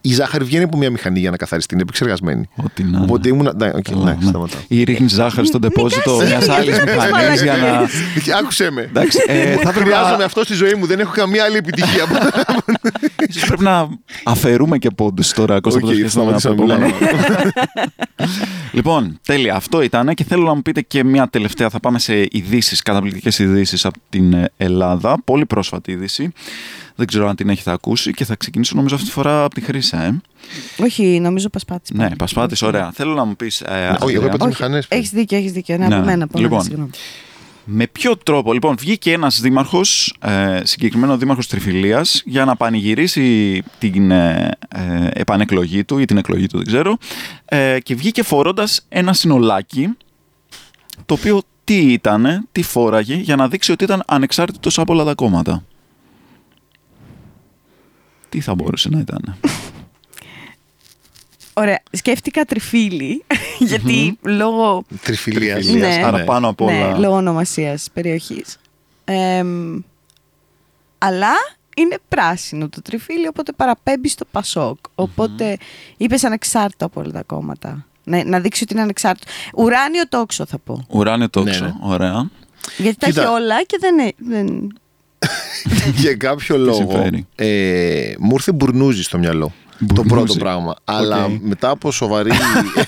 B: η ζάχαρη βγαίνει από μια μηχανή για να καθαριστεί, είναι επεξεργασμένη.
C: Ό,τι να είναι.
B: Οπότε ήμουν. Ναι, οκ, ναι, σταματάω.
C: Ή ρίχνεις ζάχαρη στο ντεπόζιτο μιας άλλης μηχανή για να.
B: Άκουσε με.
C: Εντάξει, ε, θα πρέπει
B: Χρειάζομαι
C: να,
B: αυτό στη ζωή μου, δεν έχω καμία άλλη επιτυχία.
C: ίσως πρέπει να αφαιρούμε και πόντους τώρα, Κώστα.
B: Οκ,
C: που δεν χρειάζεται να
B: σταματήσαμε να
C: πούμε.
B: μιλάμε.
C: Λοιπόν, τέλεια. Αυτό ήταν και θέλω να μου πείτε και μια τελευταία. Θα πάμε σε ειδήσεις, καταπληκτικές ειδήσεις από την ε, Ελλάδα. Πολύ πρόσφατη είδηση. Δεν ξέρω αν την έχετε ακούσει και θα ξεκινήσω νομίζω αυτή τη φορά από τη Χρύσα. Ε.
A: Όχι, νομίζω πασπάτης.
C: Ναι, Πασπάτης, ωραία. Θέλω να μου ε, πει.
B: Όχι, εγώ είπα τι μηχανέ.
A: Έχεις δίκιο, έχεις δίκιο. Ναι,
C: Ναι,
A: από
C: ναι.
A: μένα. από μένα,
C: Λοιπόν.
A: συγγνώμη.
C: Με ποιο τρόπο, λοιπόν, βγήκε ένας δήμαρχος, ε, συγκεκριμένο δήμαρχος Τριφυλίας, για να πανηγυρίσει την ε, ε, επανεκλογή του ή την εκλογή του, δεν ξέρω, ε, και βγήκε φορώντας ένα συνολάκι, το οποίο τι ήταν, τι φόραγε, για να δείξει ότι ήταν ανεξάρτητος από όλα τα κόμματα. Τι θα μπορούσε να ήταν.
A: Ωραία, σκέφτηκα τριφύλι, γιατί λόγω
B: Τριφυλίας.
C: Τριφυλίας,
A: Ναι.
C: Άρα πάνω απ' όλα.
A: Ναι, λόγω ονομασίας περιοχής. αλλά είναι πράσινο το τριφύλι, οπότε παραπέμπει στο πασοκ Οπότε είπες ανεξάρτητο από όλα τα κόμματα. Ναι, να δείξει ότι είναι ανεξάρτητο. Ουράνιο τόξο θα πω.
C: Ουράνιο τόξο,
B: Ναι, ναι.
C: ωραία.
A: Γιατί τα
B: Κοίτα.
A: έχει όλα και δεν. ε- δεν...
B: Για κάποιο λόγο.
C: συμφέρει.
B: ε, μου ήρθε μπουρνούζι στο μυαλό.
C: Μπουρνούζι.
B: Το πρώτο πράγμα. Αλλά μετά από σοβαρή.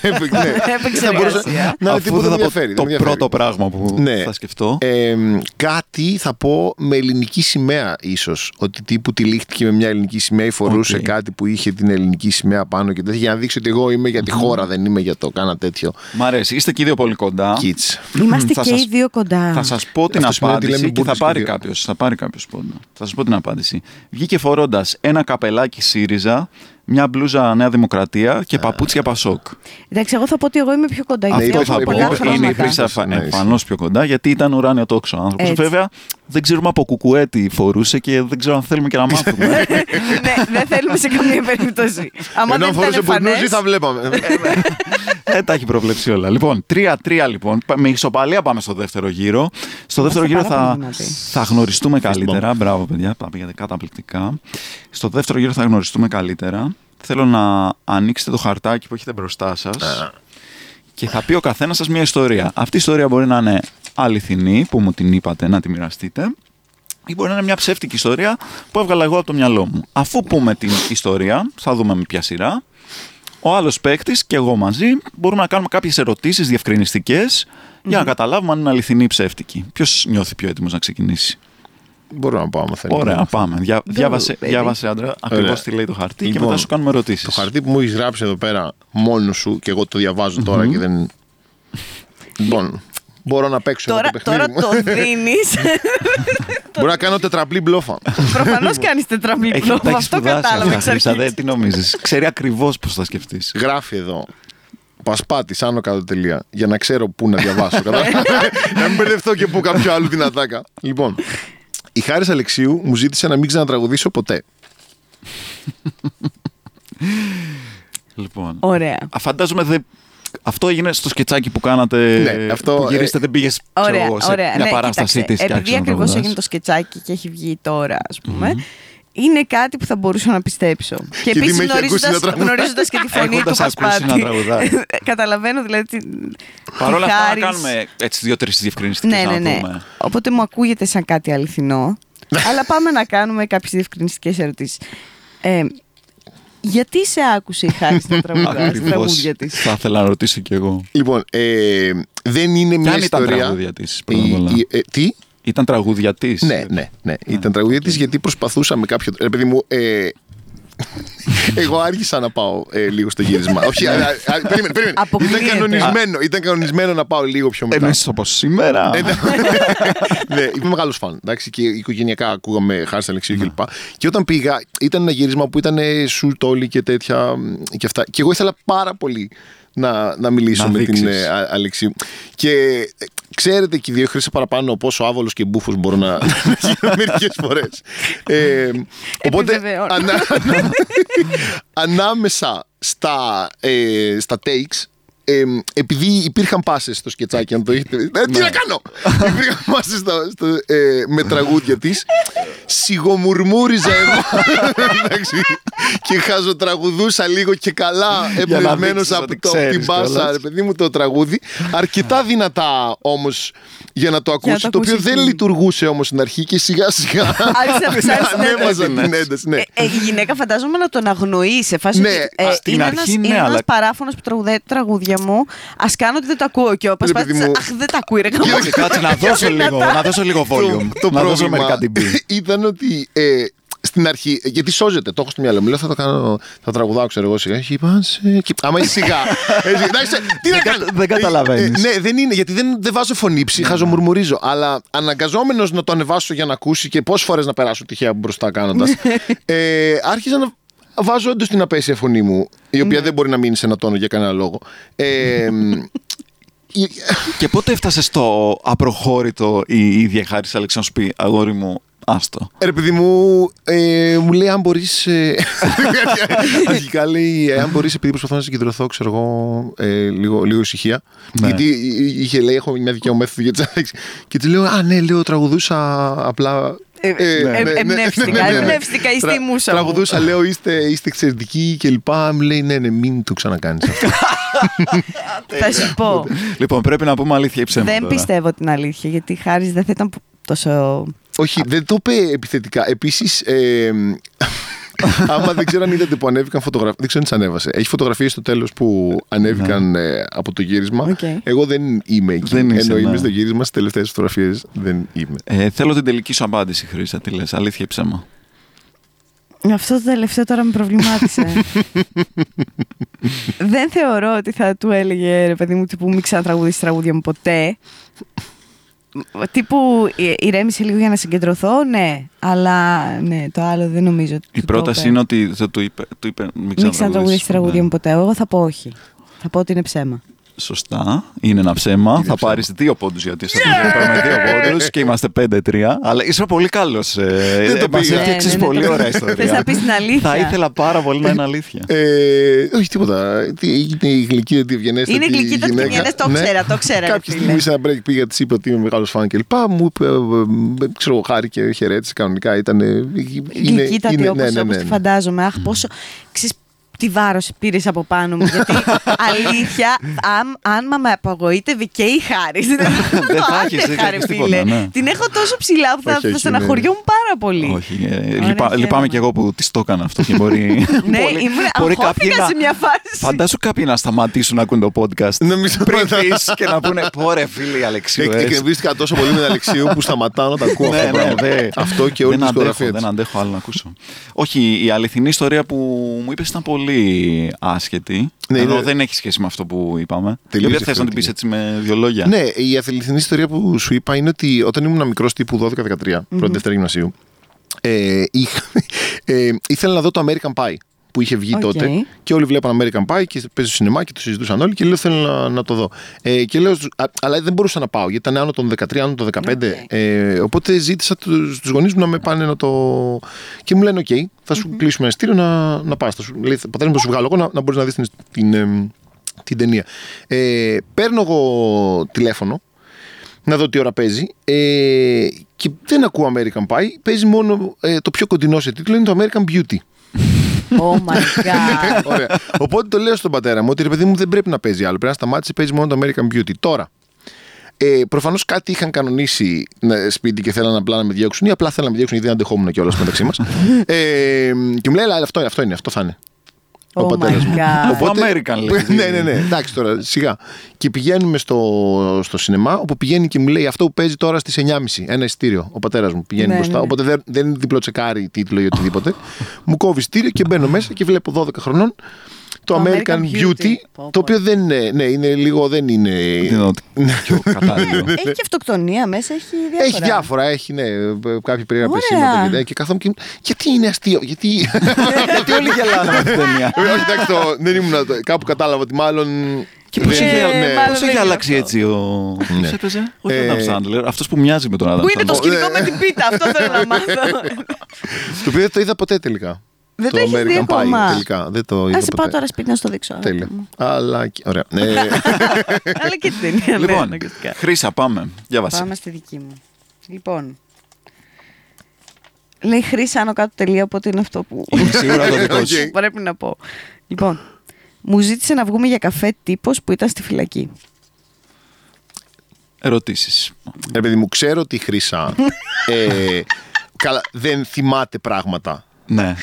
B: επεκ- ναι,
A: Επεξεργασία.
B: θα μπορούσα Να είναι
C: Αφού
B: τίποτα
C: δεν
B: δεν
C: θα πω
B: διαφέρει.
C: το πρώτο πράγμα που
B: Ναι.
C: θα σκεφτώ.
B: Ε, μ, κάτι θα πω με ελληνική σημαία ίσως. Ότι τύπου τυλίχτηκε με μια ελληνική σημαία ή φορούσε
C: Οκ.
B: κάτι που είχε την ελληνική σημαία πάνω και τέτοια. Για να δείξει ότι εγώ είμαι για τη χώρα, δεν είμαι για το κάνα τέτοιο.
C: Μ' αρέσει, είστε και οι δύο πολύ κοντά.
B: Kids.
A: Είμαστε
C: Θα
A: και
C: σας-
A: οι δύο κοντά.
C: Θα σας πω την
B: Αυτό σημαίνει ότι
C: απάντηση
B: λέμε
C: και θα
B: Μπούρτες
C: πάρει
B: και δύο.
C: κάποιος. Θα πάρει κάποιος πόντο. Θα σας πω την απάντηση. Βγήκε φορώντας ένα καπελάκι ΣΥΡΙΖΑ, μια μπλούζα Νέα Δημοκρατία
B: Ε.
C: και παπούτσια Πασόκ.
A: Εντάξει, εγώ θα πω ότι εγώ είμαι πιο κοντά.
B: Αυτό
A: γιατί
C: Αυτό
A: έχω
C: θα
B: είπα,
C: πω.
A: πολλά
B: είπα,
C: Είναι η
A: χρώματα.
B: Χρήσα.
C: Χρυσά
B: Ναι,
C: εμφανώς πιο κοντά γιατί ήταν ουράνιο τόξο άνθρωπος.
A: Έτσι.
C: Βέβαια, δεν ξέρουμε από κουκουέ τι φορούσε και δεν ξέρω αν θέλουμε και να μάθουμε.
A: ναι, δεν θέλουμε σε καμία περίπτωση. Άμα δεν
B: Ενώ αν
A: ήταν
B: φορούσε
A: εμφανές,
B: μπουρνούζι θα βλέπαμε. Ε,
A: ναι.
C: Ε, τα έχει προβλέψει όλα. Λοιπόν, 3-3 λοιπόν. Πα- Με ισοπαλία πάμε στο δεύτερο γύρο. Στο δεύτερο γύρο
A: πάρα
C: θα,
A: πολύ Λοιπόν. δυνατοί.
C: θα γνωριστούμε καλύτερα. Μπράβο, παιδιά. Τα πήγατε καταπληκτικά. Στο δεύτερο γύρο θα γνωριστούμε καλύτερα. Θέλω να ανοίξετε το χαρτάκι που έχετε μπροστά σας. Και θα πει ο καθένας σας μια ιστορία. Αυτή η ιστορία μπορεί να είναι αληθινή, που μου την είπατε να τη μοιραστείτε. Ή μπορεί να είναι μια ψεύτικη ιστορία που έβγαλα εγώ από το μυαλό μου. Αφού πούμε την ιστορία, θα δούμε με ποια σειρά. Ο άλλος παίκτης και εγώ μαζί μπορούμε να κάνουμε κάποιες ερωτήσεις διευκρινιστικές για να καταλάβουμε αν είναι αληθινή ή ψεύτικη. Ποιος νιώθει πιο έτοιμος να ξεκινήσει.
B: Μπορώ να πάω άμα θέλει.
C: Ωραία, πάμε. Δια, διάβασε,
A: baby.
C: διάβασε, άντρα, ακριβώ
B: Ωραία.
C: τι λέει το χαρτί και
B: Λοιπόν,
C: μετά σου κάνουμε ερωτήσεις.
B: Το χαρτί που μου έχεις γράψει εδώ πέρα μόνος σου και εγώ το διαβάζω τώρα και δεν. Λοιπόν, μπορώ να παίξω
A: Τώρα,
B: εγώ το
A: τώρα
B: παιχνίδι μου.
A: το δίνεις.
B: Μπορώ να κάνω τετραπλή μπλόφα.
A: Προφανώ κάνει τετραπλή
C: Έχει
A: πλόβα.
C: τα έχει
A: Λοιπόν, Αυτό
C: σπουδάσει
A: κατάλαβες
C: αυτά,
A: εξ
C: Χρύσα,
A: αρχής.
C: δεν- Τι νομίζεις. Ξέρει ακριβώς πώς θα σκεφτείς.
B: Γράφει εδώ. Πασπάτη, άνω κάτω τελεία. Για να ξέρω πού να διαβάσω. Καλά. να μην μπερδευτώ και πού κάποιο άλλο την ατάκα. Λοιπόν, η Χάρης Αλεξίου μου ζήτησε να μην ξανατραγουδήσω ποτέ.
C: Λοιπόν.
A: Ωραία.
C: Α, Φαντάζομαι δεν. Αυτό έγινε στο σκετσάκι που κάνατε.
B: Ναι, αυτό,
C: που γυρίσατε,
B: ε,
C: δεν πήγες
A: Ωραία,
C: σε
A: ωραία.
C: μια
A: ναι,
C: παράστασή της.
A: κοίταξε, Επειδή ακριβώ έγινε το σκετσάκι και έχει βγει τώρα, ας πουμε είναι κάτι που θα μπορούσα να πιστέψω. Και,
B: δει, με
A: επίση
B: έχει ακούσει
A: γνωρίζοντα
B: να τραγουδάει.
A: γνωρίζοντας και τη φωνή του
C: Έχοντας ακούσει να
A: Πασπάτη.
C: τραγουδάει.
A: Καταλαβαίνω δηλαδή. την-
C: Παρ' όλα
A: τη
C: αυτά, να
A: χάρις.
C: κάνουμε έτσι δύο-τρει διευκρινιστικέ
A: Ναι, ναι, ναι. Οπότε μου ακούγεται σαν κάτι αληθινό. αλλά πάμε να κάνουμε κάποιες διευκρινιστικές ερωτήσεις. Ε, γιατί σε άκουσε η Χάρη να τραγουδά τα
C: Ακριβώς.
A: τραγούδια της.
C: Θα ήθελα να ρωτήσω κι εγώ.
B: Λοιπόν, ε, δεν είναι μια
C: αν ήταν
B: ιστορία.
C: τραγούδια της, πρώτα απ'
B: Η-
C: όλα.
B: η- ε, τι?
C: Ήταν τραγούδια της.
B: Ναι, ναι, ναι. Ήταν τραγουδία της γιατί προσπαθούσα με κάποιο. Ρε παιδί μου, ε, εγώ άρχισα να πάω ε, λίγο στο γύρισμα. Όχι, α, α, α, περίμενε, περίμενε. Ήταν
A: Αποκλείεται.
B: κανονισμένο, ήταν κανονισμένο να πάω λίγο πιο μετά.
C: Εννοεί όπω Ε, σήμερα.
B: Ε, ναι, είμαι μεγάλος φαν. Εντάξει, και οικογενειακά ακούγαμε Χάρη Αλεξίου
C: Ναι.
B: κλπ. Και όταν πήγα, ήταν ένα γύρισμα που ήταν ε, σουτ όλοι και τέτοια μ, και αυτά. Και εγώ ήθελα πάρα πολύ να, να μιλήσω
C: Να
B: με την
C: δείξεις.
B: ε, Α- Αλεξίου. Και ε, ξέρετε και οι δύο χρήσε παραπάνω πόσο άβολος και μπουφο μπορώ να να γίνω μερικές φορές. Ε, οπότε,
A: Επιβεβαιώνω.
B: ανά- ανάμεσα στα, ε, στα takes, ε, επειδή υπήρχαν πάσες στο σκετσάκι, αν το έχετε δει. Ε, Τι να κάνω! υπήρχαν πάσες στο, στο, ε, με τραγούδια της. Σιγομουρμούριζα εγώ. Εντάξει. και χαζοτραγουδούσα λίγο και καλά,
C: να
B: εμπνευσμένος
C: δείξεις
B: από
C: ότι
B: το,
C: ξέρεις
B: την πάσα,
C: κιόλας.
B: ρε παιδί μου, το τραγούδι. Αρκετά δυνατά όμως για να το ακούσει, το οποίο
A: ακούσει
B: δεν
A: εκείνη.
B: λειτουργούσε όμως στην αρχή και σιγά σιγά
A: Άρχισε να ψάχνεις την
B: ανέβαζα
C: ένταση.
B: την ένταση. ναι.
A: Ε, ε, η γυναίκα φαντάζομαι να τον αγνοεί σε φάση
B: Ναι,
A: ότι, ε,
C: στην
A: είναι
C: αρχή
A: ένας,
C: ναι,
A: είναι
C: αλλά-
A: ένας παράφωνος που τραγουδάει τα τραγούδια μου. Ας κάνω ότι δεν τα ακούω και ο
B: παιδί
A: Πασπάτης,
B: μου.
A: αχ δεν τα ακούει ρε γαμώ».
C: Κάτσε, Κάτσε να δώσω λίγο, να δώσω λίγο volume.
B: Το, το
C: να δώσω
B: πρόβλημα
C: μερικά dB.
B: ήταν ότι ε, στην αρχή, ε, γιατί σώζεται, το έχω στο μυαλό μου. Λέω θα το κάνω, θα τραγουδάω, ξέρω εγώ σιγά. Έχει πάσε. και- Άμα είσαι σιγά. έτσι, εντάξει, τι να
C: κα-
B: κάνω.
C: δεν καταλαβαίνεις. Ναι,
B: Ε, ε, Ναι, δεν είναι, γιατί δεν, δεν βάζω φωνήψη, χαζομουρμουρίζω. Αλλά αναγκαζόμενος να το ανεβάσω για να ακούσει και πόσες φορές να περάσω τυχαία μπροστά κάνοντας. ε, άρχισα να βάζω όντως την απέσια φωνή μου, η
C: Ναι.
B: οποία δεν μπορεί να μείνει σε ένα τόνο για κανένα λόγο. Ε, η-
C: Και πότε έφτασε στο απροχώρητο η ίδια Χάρη Αλεξάνδρου να σου πει Αγόρι μου, άστο.
B: Ρε παιδί μου, ε, μου λέει αν μπορείς. Ε, αρχικά λέει, ε, αν μπορείς, επειδή προσπαθώ να συγκεντρωθώ, ξέρω εγώ, ε, λίγο, λίγο ησυχία.
C: Ναι.
B: Γιατί είχε λέει, έχω μια δικιά μου μέθοδο για τις άντρε. Και της λέω, Α, ναι, λέω, τραγουδούσα απλά. ναι,
A: Ε, ε, εμπνεύστηκα, εμπνεύστηκα, είστε η μουσα μου.
B: Τραγουδούσα, λέω, είστε, είστε εξαιρετικοί και λοιπά. Μου λέει, ναι, ναι, μην το ξανακάνεις αυτό.
A: Θα σου πω.
C: Λοιπόν, πρέπει να πούμε αλήθεια ή ψέμα.
A: δεν
C: τώρα.
A: πιστεύω την αλήθεια γιατί η Χάρης δεν θα ήταν τόσο...
B: Όχι, δεν το είπε επιθετικά. Επίσης. Ε, άμα δεν ξέρω αν είδατε που ανέβηκαν φωτογραφίε. Δεν ξέρω αν τις ανέβασε. Έχει φωτογραφίες στο τέλος που ανέβηκαν ε, από το γύρισμα.
A: Ναι. Οκ.
B: Εγώ δεν είμαι εκεί.
C: Δεν είσαι,
B: Ενώ
C: ναι.
B: είμαι στο γύρισμα, στις τελευταίες φωτογραφίες δεν είμαι.
C: Ε, θέλω την τελική σου απάντηση, Χρήσα. Τι λες, αλήθεια ή ψέμα.
A: Αυτό το τελευταίο τώρα με προβλημάτισε. δεν θεωρώ ότι θα του έλεγε ρε παιδί μου τύπου μην ξανατραγουδήσεις τραγούδια μου ποτέ. Τύπου «Ε, ηρέμησε λίγο για να συγκεντρωθώ, ναι. Αλλά ναι, το άλλο δεν νομίζω ότι. του
C: Η
A: το
C: πρόταση
A: είπε.
C: είναι ότι θα του είπε. Του είπε μην
A: Μην ξανατραγουδήσεις
C: ξανατραγουδήσεις
A: τραγούδια μου
C: ποτέ».
A: ποτέ. Εγώ θα πω όχι. Θα πω ότι είναι ψέμα.
C: Σωστά. Είναι ένα ψέμα. θα
B: ψέμα.
C: πάρεις δύο πόντους γιατί είσαι με δύο πόντους και είμαστε 5-3. Αλλά είσαι πολύ καλός. Ε,
B: Δεν το
C: μας
B: πήγα.
C: έφτιαξες
A: Ναι, ναι,
C: πολύ
A: ναι, το-
C: ωραία ιστορία.
A: Θες να πεις την αλήθεια.
C: Θα ήθελα πάρα πολύ να είναι αλήθεια.
A: Ναι.
B: Ε, όχι τίποτα. Τι, είναι η γλυκύτατη ευγενέστατη
A: Είναι η γλυκύτατη
B: γυναίκα. Ναι.
A: ευγενές, το ξέρα, το ξέρα, ρε
B: Κάποια
A: φίλε.
B: στιγμή σε ένα break πήγα, της είπα ότι είμαι μεγάλος φαν και λοιπά. Μου είπε, ε, ε, ξέρω εγώ, χάρηκε, χαιρέτησε κανονικά. ε, Ήταν. ναι,
A: Γλυκύτατη όπω τη φαντάζομαι. Αχ, πόσο. Ξέρεις, τι βάρος πήρες από πάνω μου. Γιατί αλήθεια, αν, αν με απογοήτευε και η Χάρη. Δεν
C: Δεν
A: το
C: θα έχεις, δεν
A: άντεχα, ρε
C: έχεις
A: φίλε.
C: τίποτα, ναι.
A: Την έχω τόσο ψηλά που θα,
B: Όχι,
A: θα
B: όχι, ναι.
A: στεναχωριόμουν πάρα πολύ.
C: Όχι. ε, λυπά-
A: χαίρομαι.
C: λυπάμαι και εγώ που της το έκανα αυτό και μπορεί.
A: Ναι,
C: μπορεί-
A: ήμουν-
C: μπορεί
A: αγχώθηκα
C: κάποιοι να-
A: σε μια φάση.
C: Φαντάσου κάποιοι να σταματήσουν να ακούν το podcast.
B: Να μην
C: πριν
B: σταματά-
C: πεις και να πούνε Πόρε φίλοι
B: Ε,
C: Αλεξίου. έτσι».
B: Εκνευρίστηκα τόσο πολύ με τον Αλεξίου που σταματάω να τα ακούω αυτά
C: ε. ναι,
B: τα
C: ναι,
B: πράγματα.
C: δε.
B: Αυτό και όλη τη
C: δεν αντέχω,
B: δισκογραφία της.
C: δεν αντέχω άλλο να ακούσω. Όχι, η αληθινή ιστορία που μου είπες ήταν πολύ άσχετη.
B: Ναι,
C: Εδώ
B: είναι-
C: δεν έχει σχέση με αυτό που είπαμε.
B: Τελείως
C: Η οποία θες να την πεις έτσι με δύο λόγια.
B: Ναι, η αθλητική ιστορία που σου είπα είναι ότι όταν ήμουν μικρός τύπου 12-13, πρώτη δεύτερη γυμνασίου, ε, είχα- ε, ήθελα να δω το American Pie που είχε βγει
A: Οκ.
B: τότε και όλοι βλέπαν American Pie και παίζει στο σινεμά και το συζητούσαν όλοι και λέω θέλω να, να το δω. Ε, και λέω, στους- α- αλλά δεν μπορούσα να πάω γιατί ήταν άνω των 13, άνω των 15. Ε, οπότε ζήτησα τους, τους γονείς μου να με πάνε να το... Και μου λένε οκ, θα σου κλείσουμε ένα ειστήριο να, να πας. Θα σου, λέει, πατέρα μου θα σου βγάλω εγώ να, να μπορείς να δεις την, την, εμ, την ταινία. Ε, παίρνω εγώ τηλέφωνο να δω τι ώρα παίζει. Ε, και δεν ακούω American Pie. Παίζει μόνο ε, το πιο κοντινό σε τίτλο είναι το American Beauty.
A: Oh my god.
B: Ωραία. Οπότε το λέω στον πατέρα μου ότι ρε παιδί μου δεν πρέπει να παίζει άλλο. Πρέπει να σταμάτησε, παίζει μόνο το American Beauty. Τώρα. Ε, Προφανώς κάτι είχαν κανονίσει ε, σπίτι και θέλανε απλά να με διώξουν ή απλά θέλανε να με διώξουν γιατί δεν αντεχόμουν κιόλας μεταξύ μας. Ε, και μου λέει, «Έλα, αυτό είναι, αυτό είναι, αυτό θα είναι.
A: Oh my
B: πατέρας μου.
A: God.
C: American, λέει.
B: ναι, ναι, ναι. Εντάξει τώρα, σιγά. Και πηγαίνουμε στο, στο σινεμά, όπου πηγαίνει και μου λέει αυτό που παίζει τώρα στις 9.30. Ένα ειστήριο. Ο πατέρας μου πηγαίνει
A: Ναι,
B: μπροστά.
A: ναι, ναι.
B: Οπότε δεν, δεν διπλοτσεκάρει τίτλο ή οτιδήποτε. μου κόβει ειστήριο και μπαίνω μέσα και βλέπω 12 χρονών το
A: Το
B: American,
A: American
B: Beauty,
A: Beauty. Πω, πω.
B: το οποίο δεν είναι, ναι, είναι λίγο, δεν είναι.
C: Δεν είναι ότι-
B: Ναι.
C: πιο κατάλληλο.
A: Έχει και αυτοκτονία μέσα, έχει διάφορα.
B: Έχει διάφορα, έχει ναι, ε, κάποια περίεργα
A: Ωραία.
B: πεσήματα και, τέτοια. και καθόμουν και. Γιατί είναι αστείο, γιατί.
C: Γιατί όλοι γελάνε με την ταινία.
B: Ε, Όχι, εντάξει, το- δεν ήμουν. το- Κάπου κατάλαβα ότι μάλλον.
C: Και πώς
B: δεν-
C: έχει,
B: ναι.
A: μάλλον
C: πώς
A: δεν
C: έχει
A: είναι
C: αλλάξει έτσι ο. Πώς έπαιζε, Όχι
B: Ε,
C: ο Adam Sandler, αυτός που μοιάζει με τον Adam Sandler.
A: Πού είναι το σκηνικό με την πίτα, αυτό θέλω να μάθω.
B: Το οποίο δεν το είδα ποτέ τελικά.
A: Δεν το έχεις δει
B: Pie
A: ακόμα.
B: τελικά. Δεν το είδα
A: Α σε πάω
B: ποτέ.
A: τώρα σπίτι να σου το δείξω. αγάπη
B: Τέλεια.
A: μου.
B: Αλλά. και- Ωραία. Ε,
A: Αλλά και την ταινία. ναι,
C: Λοιπόν,
A: αναγκαστικά.
C: Χρήσα, πάμε. Διάβασε.
A: Πάμε στη δική μου. Λοιπόν. Λέει χρήση άνω κάτω τελεία, οπότε είναι αυτό που.
C: Είναι σίγουρα το δικό σου.
B: Οκ.
A: Πρέπει να πω. Λοιπόν, μου ζήτησε να βγούμε για καφέ τύπος που ήταν στη φυλακή.
C: Ερωτήσεις.
B: Ρε παιδί μου, ξέρω ότι η Χρυσά. ε, καλά, δεν θυμάται πράγματα.
C: Ναι.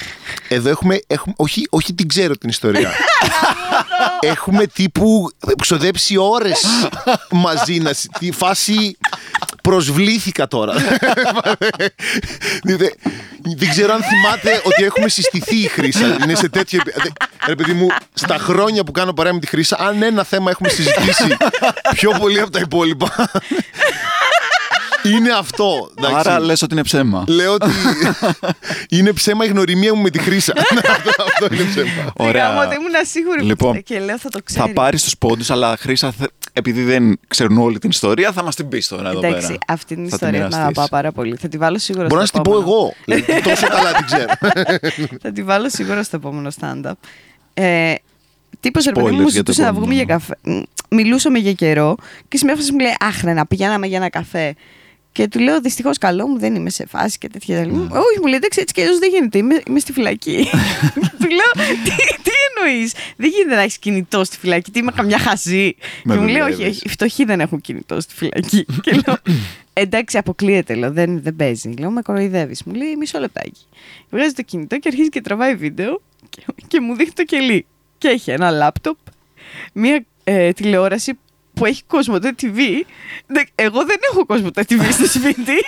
B: Εδώ έχουμε. έχουμε όχι, όχι την ξέρω την ιστορία. έχουμε τύπου ξοδέψει ώρες μαζί να. συ- Τη φάση. Προσβλήθηκα τώρα. δεν, δεν ξέρω αν θυμάται ότι έχουμε συστηθεί η Χρύσα. Είναι σε τέτοιο. επι- Δε- Ρε παιδί μου, στα χρόνια που κάνω παρέα με τη Χρύσα, αν ένα θέμα έχουμε συζητήσει πιο πολύ από τα υπόλοιπα. είναι αυτό. εντάξει.
C: Άρα λες ότι είναι ψέμα.
B: Λέω ότι είναι ψέμα η γνωριμία μου με τη Χρύσα. αυτό, αυτό είναι ψέμα.
A: Τι γαμώ, δεν ήμουν σίγουρη.
C: Λοιπόν,
A: και λέω θα το ξέρει.
C: Θα πάρεις τους πόντους, αλλά Χρήσα, θε- επειδή δεν ξέρουν όλη την ιστορία, θα μας την πεις τώρα εδώ πέρα.
A: Εντάξει, αυτή την
C: Θα
A: ιστορία την
C: μοιραστείς.
A: αγαπάω πάρα πολύ. Θα τη βάλω σίγουρα
B: Μπορώ να σου
A: στο
B: την πω
A: επόμενο.
B: εγώ. Δηλαδή, Τόσο καλά την ξέρω.
A: Θα τη βάλω σίγουρα στο επόμενο stand-up. Ε, Τύπος ρε παιδί
C: Spoilers
A: μου, μου
C: για το
A: ζητούσε να
C: επόμενο.
A: βγούμε για καφέ. Μ, Μιλούσαμε για καιρό και σε μια φάση μου λέει Άχρενα, πηγαίναμε για ένα καφέ. Και του λέω Δυστυχώς καλό μου, δεν είμαι σε φάση και τέτοια. Mm.
C: Ναι.
A: Όχι, μου λέει Εντάξει, έτσι και αλλιώς δεν γίνεται. Είμαι, είμαι στη φυλακή. και του λέω Τι, τι εννοείς, Δεν γίνεται να έχεις κινητό στη φυλακή. Τι είμαι καμιά χαζή.
C: Με
A: και μου λέει
C: δουλεύεις.
A: Όχι, όχι, οι φτωχοί δεν έχουν κινητό στη φυλακή. και λέω, Εντάξει, αποκλείεται, λέω, δεν, δεν παίζει. Λέω, με κοροϊδεύεις. Μου λέει μισό λεπτάκι. Βγάζει το κινητό και αρχίζει και τραβάει βίντεο και, και μου δείχνει το κελί. Και έχει ένα λάπτοπ, μία ε, τηλεόραση που έχει Κοσμοτέ TV. Δε- Εγώ δεν έχω Κοσμοτέ TV στο σπίτι.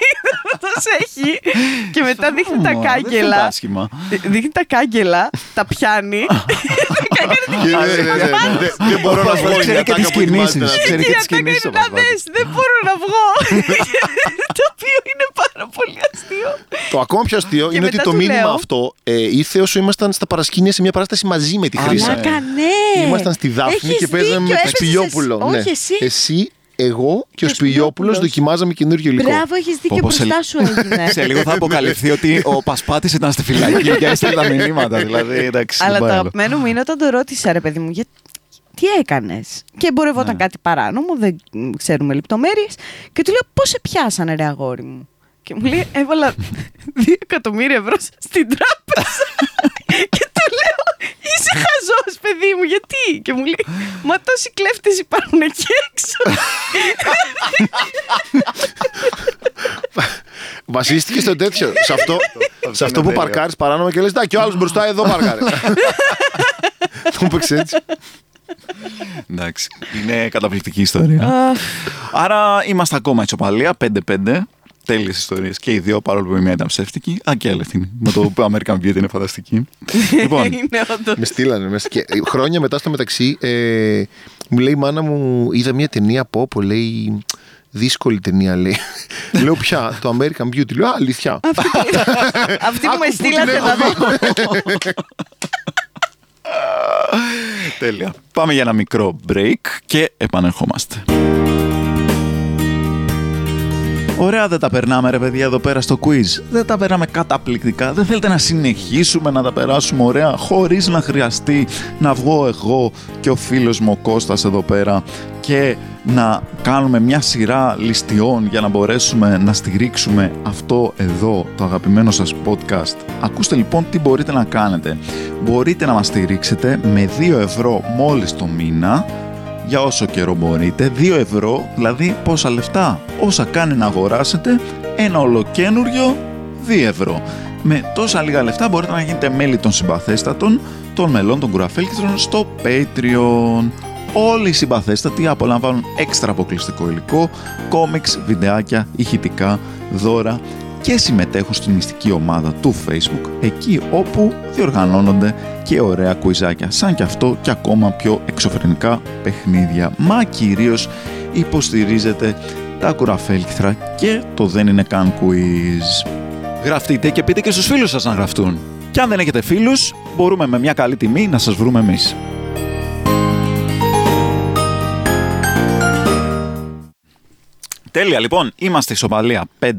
A: Αυτό έχει. Και μετά δείχνει τα
C: Ω, δεν φαίνεται
A: κάγκελα.
C: άσχημα.
A: Δ- Δείχνει τα κάγκελα, τα πιάνει. Τα κάνει
B: Και,
A: την
B: ναι, ναι, ναι, ναι. Δεν- Δεν μπορώ να πω.
C: Ξέρει
B: είναι
C: και
B: ατάκα
C: τις
B: που ετοιμάζεται
C: κινήσεις.
B: να-
C: Ξέρει
A: Ξέρει
C: και τις κινήσεις
A: να
C: όπως βάζει.
A: δες, δεν μπορώ να βγω. Το οποίο είναι πάρα πολύ αστείο.
B: Το ακόμα πιο αστείο
A: Και
B: είναι ότι
A: μετά
B: το
A: του
B: μήνυμα
A: λέω.
B: αυτό ε, ήρθε όσο ήμασταν στα παρασκήνια σε μια παράσταση μαζί με τη
C: Α,
B: Χρύσα.
C: ναι.
A: Πλάκα, ναι.
B: Ήμασταν στη Δάφνη
A: Έχεις
B: και παίζαμε
A: δίκιο,
B: με το
A: έπαιζες
B: Σπηλιόπουλο.
A: εσύ. Όχι, εσύ.
B: Εσύ, εγώ και ο
A: Και ο
B: Σπηλιόπουλος
A: Σπηλιόπουλος.
B: δοκιμάζαμε καινούριο υλικό.
A: Μπράβο, έχεις
C: Πω,
A: δίκιο
C: πω, σε
A: μπροστά
C: λι-
A: σου έγινε.
C: Σε λίγο θα αποκαλυφθεί ότι ο Πασπάτης ήταν στη φυλακή και έστειλε τα μηνύματα. Δηλαδή, εντάξει.
A: Αλλά
B: Στην
A: το
B: Πάρο.
A: αγαπημένο μου είναι όταν το ρώτησα, ρε παιδί μου, για... τι έκανες. Και εμπορευόταν κάτι παράνομο, δεν ξέρουμε λεπτομέρειες. Και του λέω, Πώς σε πιάσανε, ρε αγόρι μου. Και μου λέει, Έβαλα 2 εκατομμύρια ευρώ στην τράπεζα. και του λέω, Είσαι χαζός, παιδί μου, γιατί. Και μου λέει, Μα τόσοι κλέφτες υπάρχουν εκεί έξω.
B: Βασίστηκες στο τέτοιο. σε αυτό, σε αυτό
C: είναι
B: που
C: τέλειο.
B: παρκάρεις παράνομα και λες: «Τά, και ο άλλος μπροστά εδώ παρκάρει. Το μου έτσι.
C: Εντάξει. Είναι καταπληκτική ιστορία. Άρα είμαστε ακόμα ισοπαλία 5-5. Τέλειες ιστορίες και οι δύο, παρόλο που η μία ήταν ψεύτικη. Α, και η άλλη αυτή είναι. Με το American Beauty είναι φανταστική. λοιπόν,
A: είναι όντως.
B: με στείλανε μέσα. Και ε, χρόνια μετά στο μεταξύ, ε, μου λέει η μάνα μου, είδα μια ταινία από όπου λέει. Δύσκολη ταινία λέει. λέω πια το American Beauty. Λέω «Α, αλήθεια.
A: Αυτή που με
B: Άκου, πού την
A: στείλατε
B: έχω
A: να δω.
C: τέλεια. Πάμε για ένα μικρό break και επανερχόμαστε. Ωραία, δεν τα περνάμε ρε παιδιά εδώ πέρα στο quiz. Δεν τα περνάμε καταπληκτικά. Δεν θέλετε να συνεχίσουμε να τα περάσουμε ωραία, χωρίς να χρειαστεί να βγω εγώ και ο φίλος μου ο Κώστας εδώ πέρα και να κάνουμε μια σειρά ληστιών για να μπορέσουμε να στηρίξουμε αυτό εδώ το αγαπημένο σας podcast. Ακούστε λοιπόν τι μπορείτε να κάνετε. Μπορείτε να μας στηρίξετε με 2 ευρώ μόλις το μήνα για όσο καιρό μπορείτε, 2 ευρώ, δηλαδή πόσα λεφτά, όσα κάνει να αγοράσετε, ένα ολοκένουργιο 2 ευρώ. Με τόσα λίγα λεφτά μπορείτε να γίνετε μέλη των συμπαθέστατων, των μελών των κουραφέλκητρων στο Patreon. Όλοι οι συμπαθέστατοι απολαμβάνουν έξτρα αποκλειστικό υλικό, κόμιξ, βιντεάκια, ηχητικά, δώρα και συμμετέχουν στην μυστική ομάδα του Facebook εκεί όπου διοργανώνονται και ωραία κουιζάκια σαν και αυτό και ακόμα πιο εξωφρενικά παιχνίδια μα κυρίως υποστηρίζετε τα κουραφέλκθρα και το δεν είναι καν quiz. Γραφτείτε και πείτε και στους φίλους σας να γραφτούν. Και αν δεν έχετε φίλους, μπορούμε με μια καλή τιμή να σας βρούμε εμείς. Τέλεια, λοιπόν, είμαστε ισοπαλία 5-5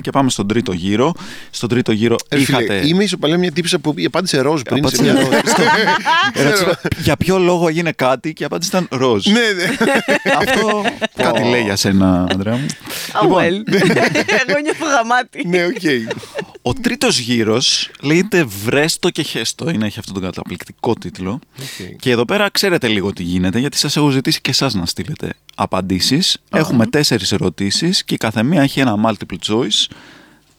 C: και πάμε στον τρίτο γύρο. Στον τρίτο γύρο
B: Ρε Ε, φίλε,
C: είχατε.
B: Είμαι ισοπαλία μια τύψη που απάντησε ροζ πριν. σε
C: Απάντησε
B: μια...
C: ροζ. Ερώτησα, για ποιο λόγο έγινε κάτι και η απάντηση ήταν ροζ.
B: ναι, ναι.
C: Αυτό κάτι λέει για σένα, Ανδρέα μου.
A: Oh well. Εγώ νιώθω γαμάτι.
B: ναι, οκ.
C: Ο τρίτος γύρος λέγεται Βρέστο και Χέστο. Είναι, έχει αυτόν τον καταπληκτικό τίτλο. Και εδώ πέρα ξέρετε λίγο τι γίνεται, γιατί σας έχω ζητήσει και εσάς να στείλετε απαντήσεις. Έχουμε τέσσερις ερωτήσεις και η καθεμία έχει ένα multiple choice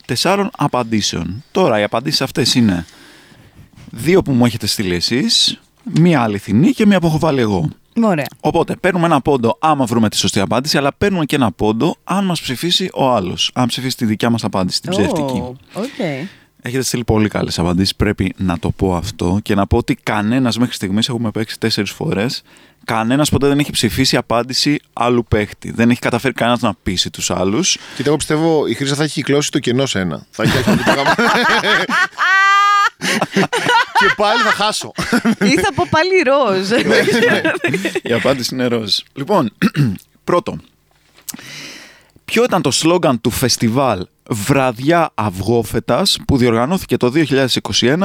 C: τεσσάρων απαντήσεων. Τώρα, οι απαντήσεις αυτές είναι δύο που μου έχετε στείλει εσείς, μία αληθινή και μία που έχω βάλει εγώ.
A: Ωραία.
C: Οπότε παίρνουμε ένα πόντο άμα βρούμε τη σωστή απάντηση, αλλά παίρνουμε και ένα πόντο αν μας ψηφίσει ο άλλος. Αν ψηφίσει τη δικιά μας απάντηση, την ψεύτικη.
A: Ω, οκ.
C: Έχετε στείλει πολύ καλές απαντήσεις. Πρέπει να το πω αυτό και να πω ότι κανένας μέχρι στιγμής έχουμε παίξει τέσσερις φορές. Κανένας ποτέ δεν έχει ψηφίσει απάντηση άλλου παίχτη. Δεν έχει καταφέρει κανένας να πείσει τους άλλους.
B: Κοίτα, εγώ πιστεύω η Χρύσα θα έχει κυκλώσει το κενό σε ένα. Θα έχει αλφαβητικό γάμο. Και πάλι θα χάσω.
A: Ή θα πω πάλι ροζ.
B: Ναι,
C: Η απάντηση είναι ροζ. Λοιπόν, πρώτο. Ποιο ήταν το σλόγγαν του φεστιβάλ Βραδιά Αυγόφετας που διοργανώθηκε το 2021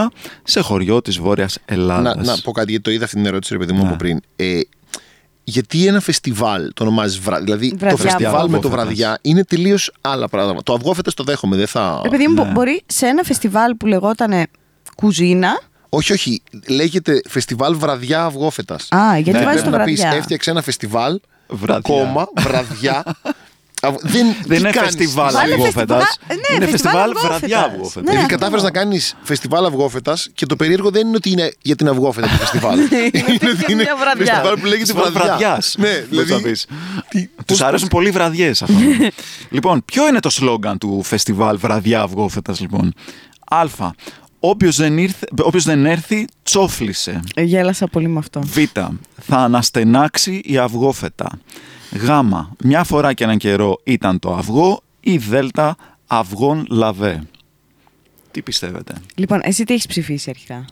C: σε χωριό της Βόρειας
B: να,
C: Ελλάδας.
B: να πω κάτι, γιατί το είδα αυτήν την ερώτηση, ρε παιδί μου, από
C: Ναι.
B: πριν. Ε, γιατί ένα φεστιβάλ το ονομάζεις βράδυ. Δηλαδή,
A: Βραδιά,
B: το φεστιβάλ με το
C: αυγόφετας.
B: βραδιά είναι τελείως άλλα πράγματα. Το αυγόφετε το δέχομαι, δεν θα.
A: Επειδή Ε, μου μπο- μπορεί σε ένα φεστιβάλ που λεγόταν κουζίνα.
B: όχι, όχι. Λέγεται φεστιβάλ βραδιά αυγόφετας.
A: Α, γιατί βάζει το
B: ναι, να πεις,
A: βραδιά.
B: έφτιαξε ένα φεστιβάλ.
C: Βραδιά.
B: Κόμμα, βραδιά. Αυ- δεν, τι
C: Δεν είναι
B: κάνεις.
C: φεστιβάλ
A: Βάλε
C: Αυγόφετας.
A: φεστιβάλ- ναι,
C: είναι
A: φεστιβάλ
C: φεστιβάλ Βραδιά
A: Αυγόφετας.
C: Αυγόφετας.
B: Δηλαδή
A: Ναι,
B: κατάφερες να κάνεις φεστιβάλ αυγόφετας και το περίεργο δεν είναι ότι είναι για την αυγόφετα το φεστιβάλ.
A: Ναι.
B: είναι
A: τέτοια μια βραδιά.
B: φεστιβάλ που λέγεται βραδιά.
C: βραδιάς.
B: Ναι, δηλαδή.
C: Του αρέσουν πολύ οι βραδιές αυτό. λοιπόν, ποιο είναι το σλόγγαν του φεστιβάλ Βραδιά Αυγόφετας, λοιπόν. Α. Όποιος δεν, ήρθε, όποιος δεν έρθει, τσόφλησε.
A: Ε, Γέλασα πολύ με αυτό.
C: Β. Θα αναστενάξει η αυγόφετα. Γ. Μια φορά και έναν καιρό ήταν το αυγό ή Δ. Αυγόν λαβέ. Τι πιστεύετε.
A: Λοιπόν, εσύ τι έχεις ψηφίσει αρχικά.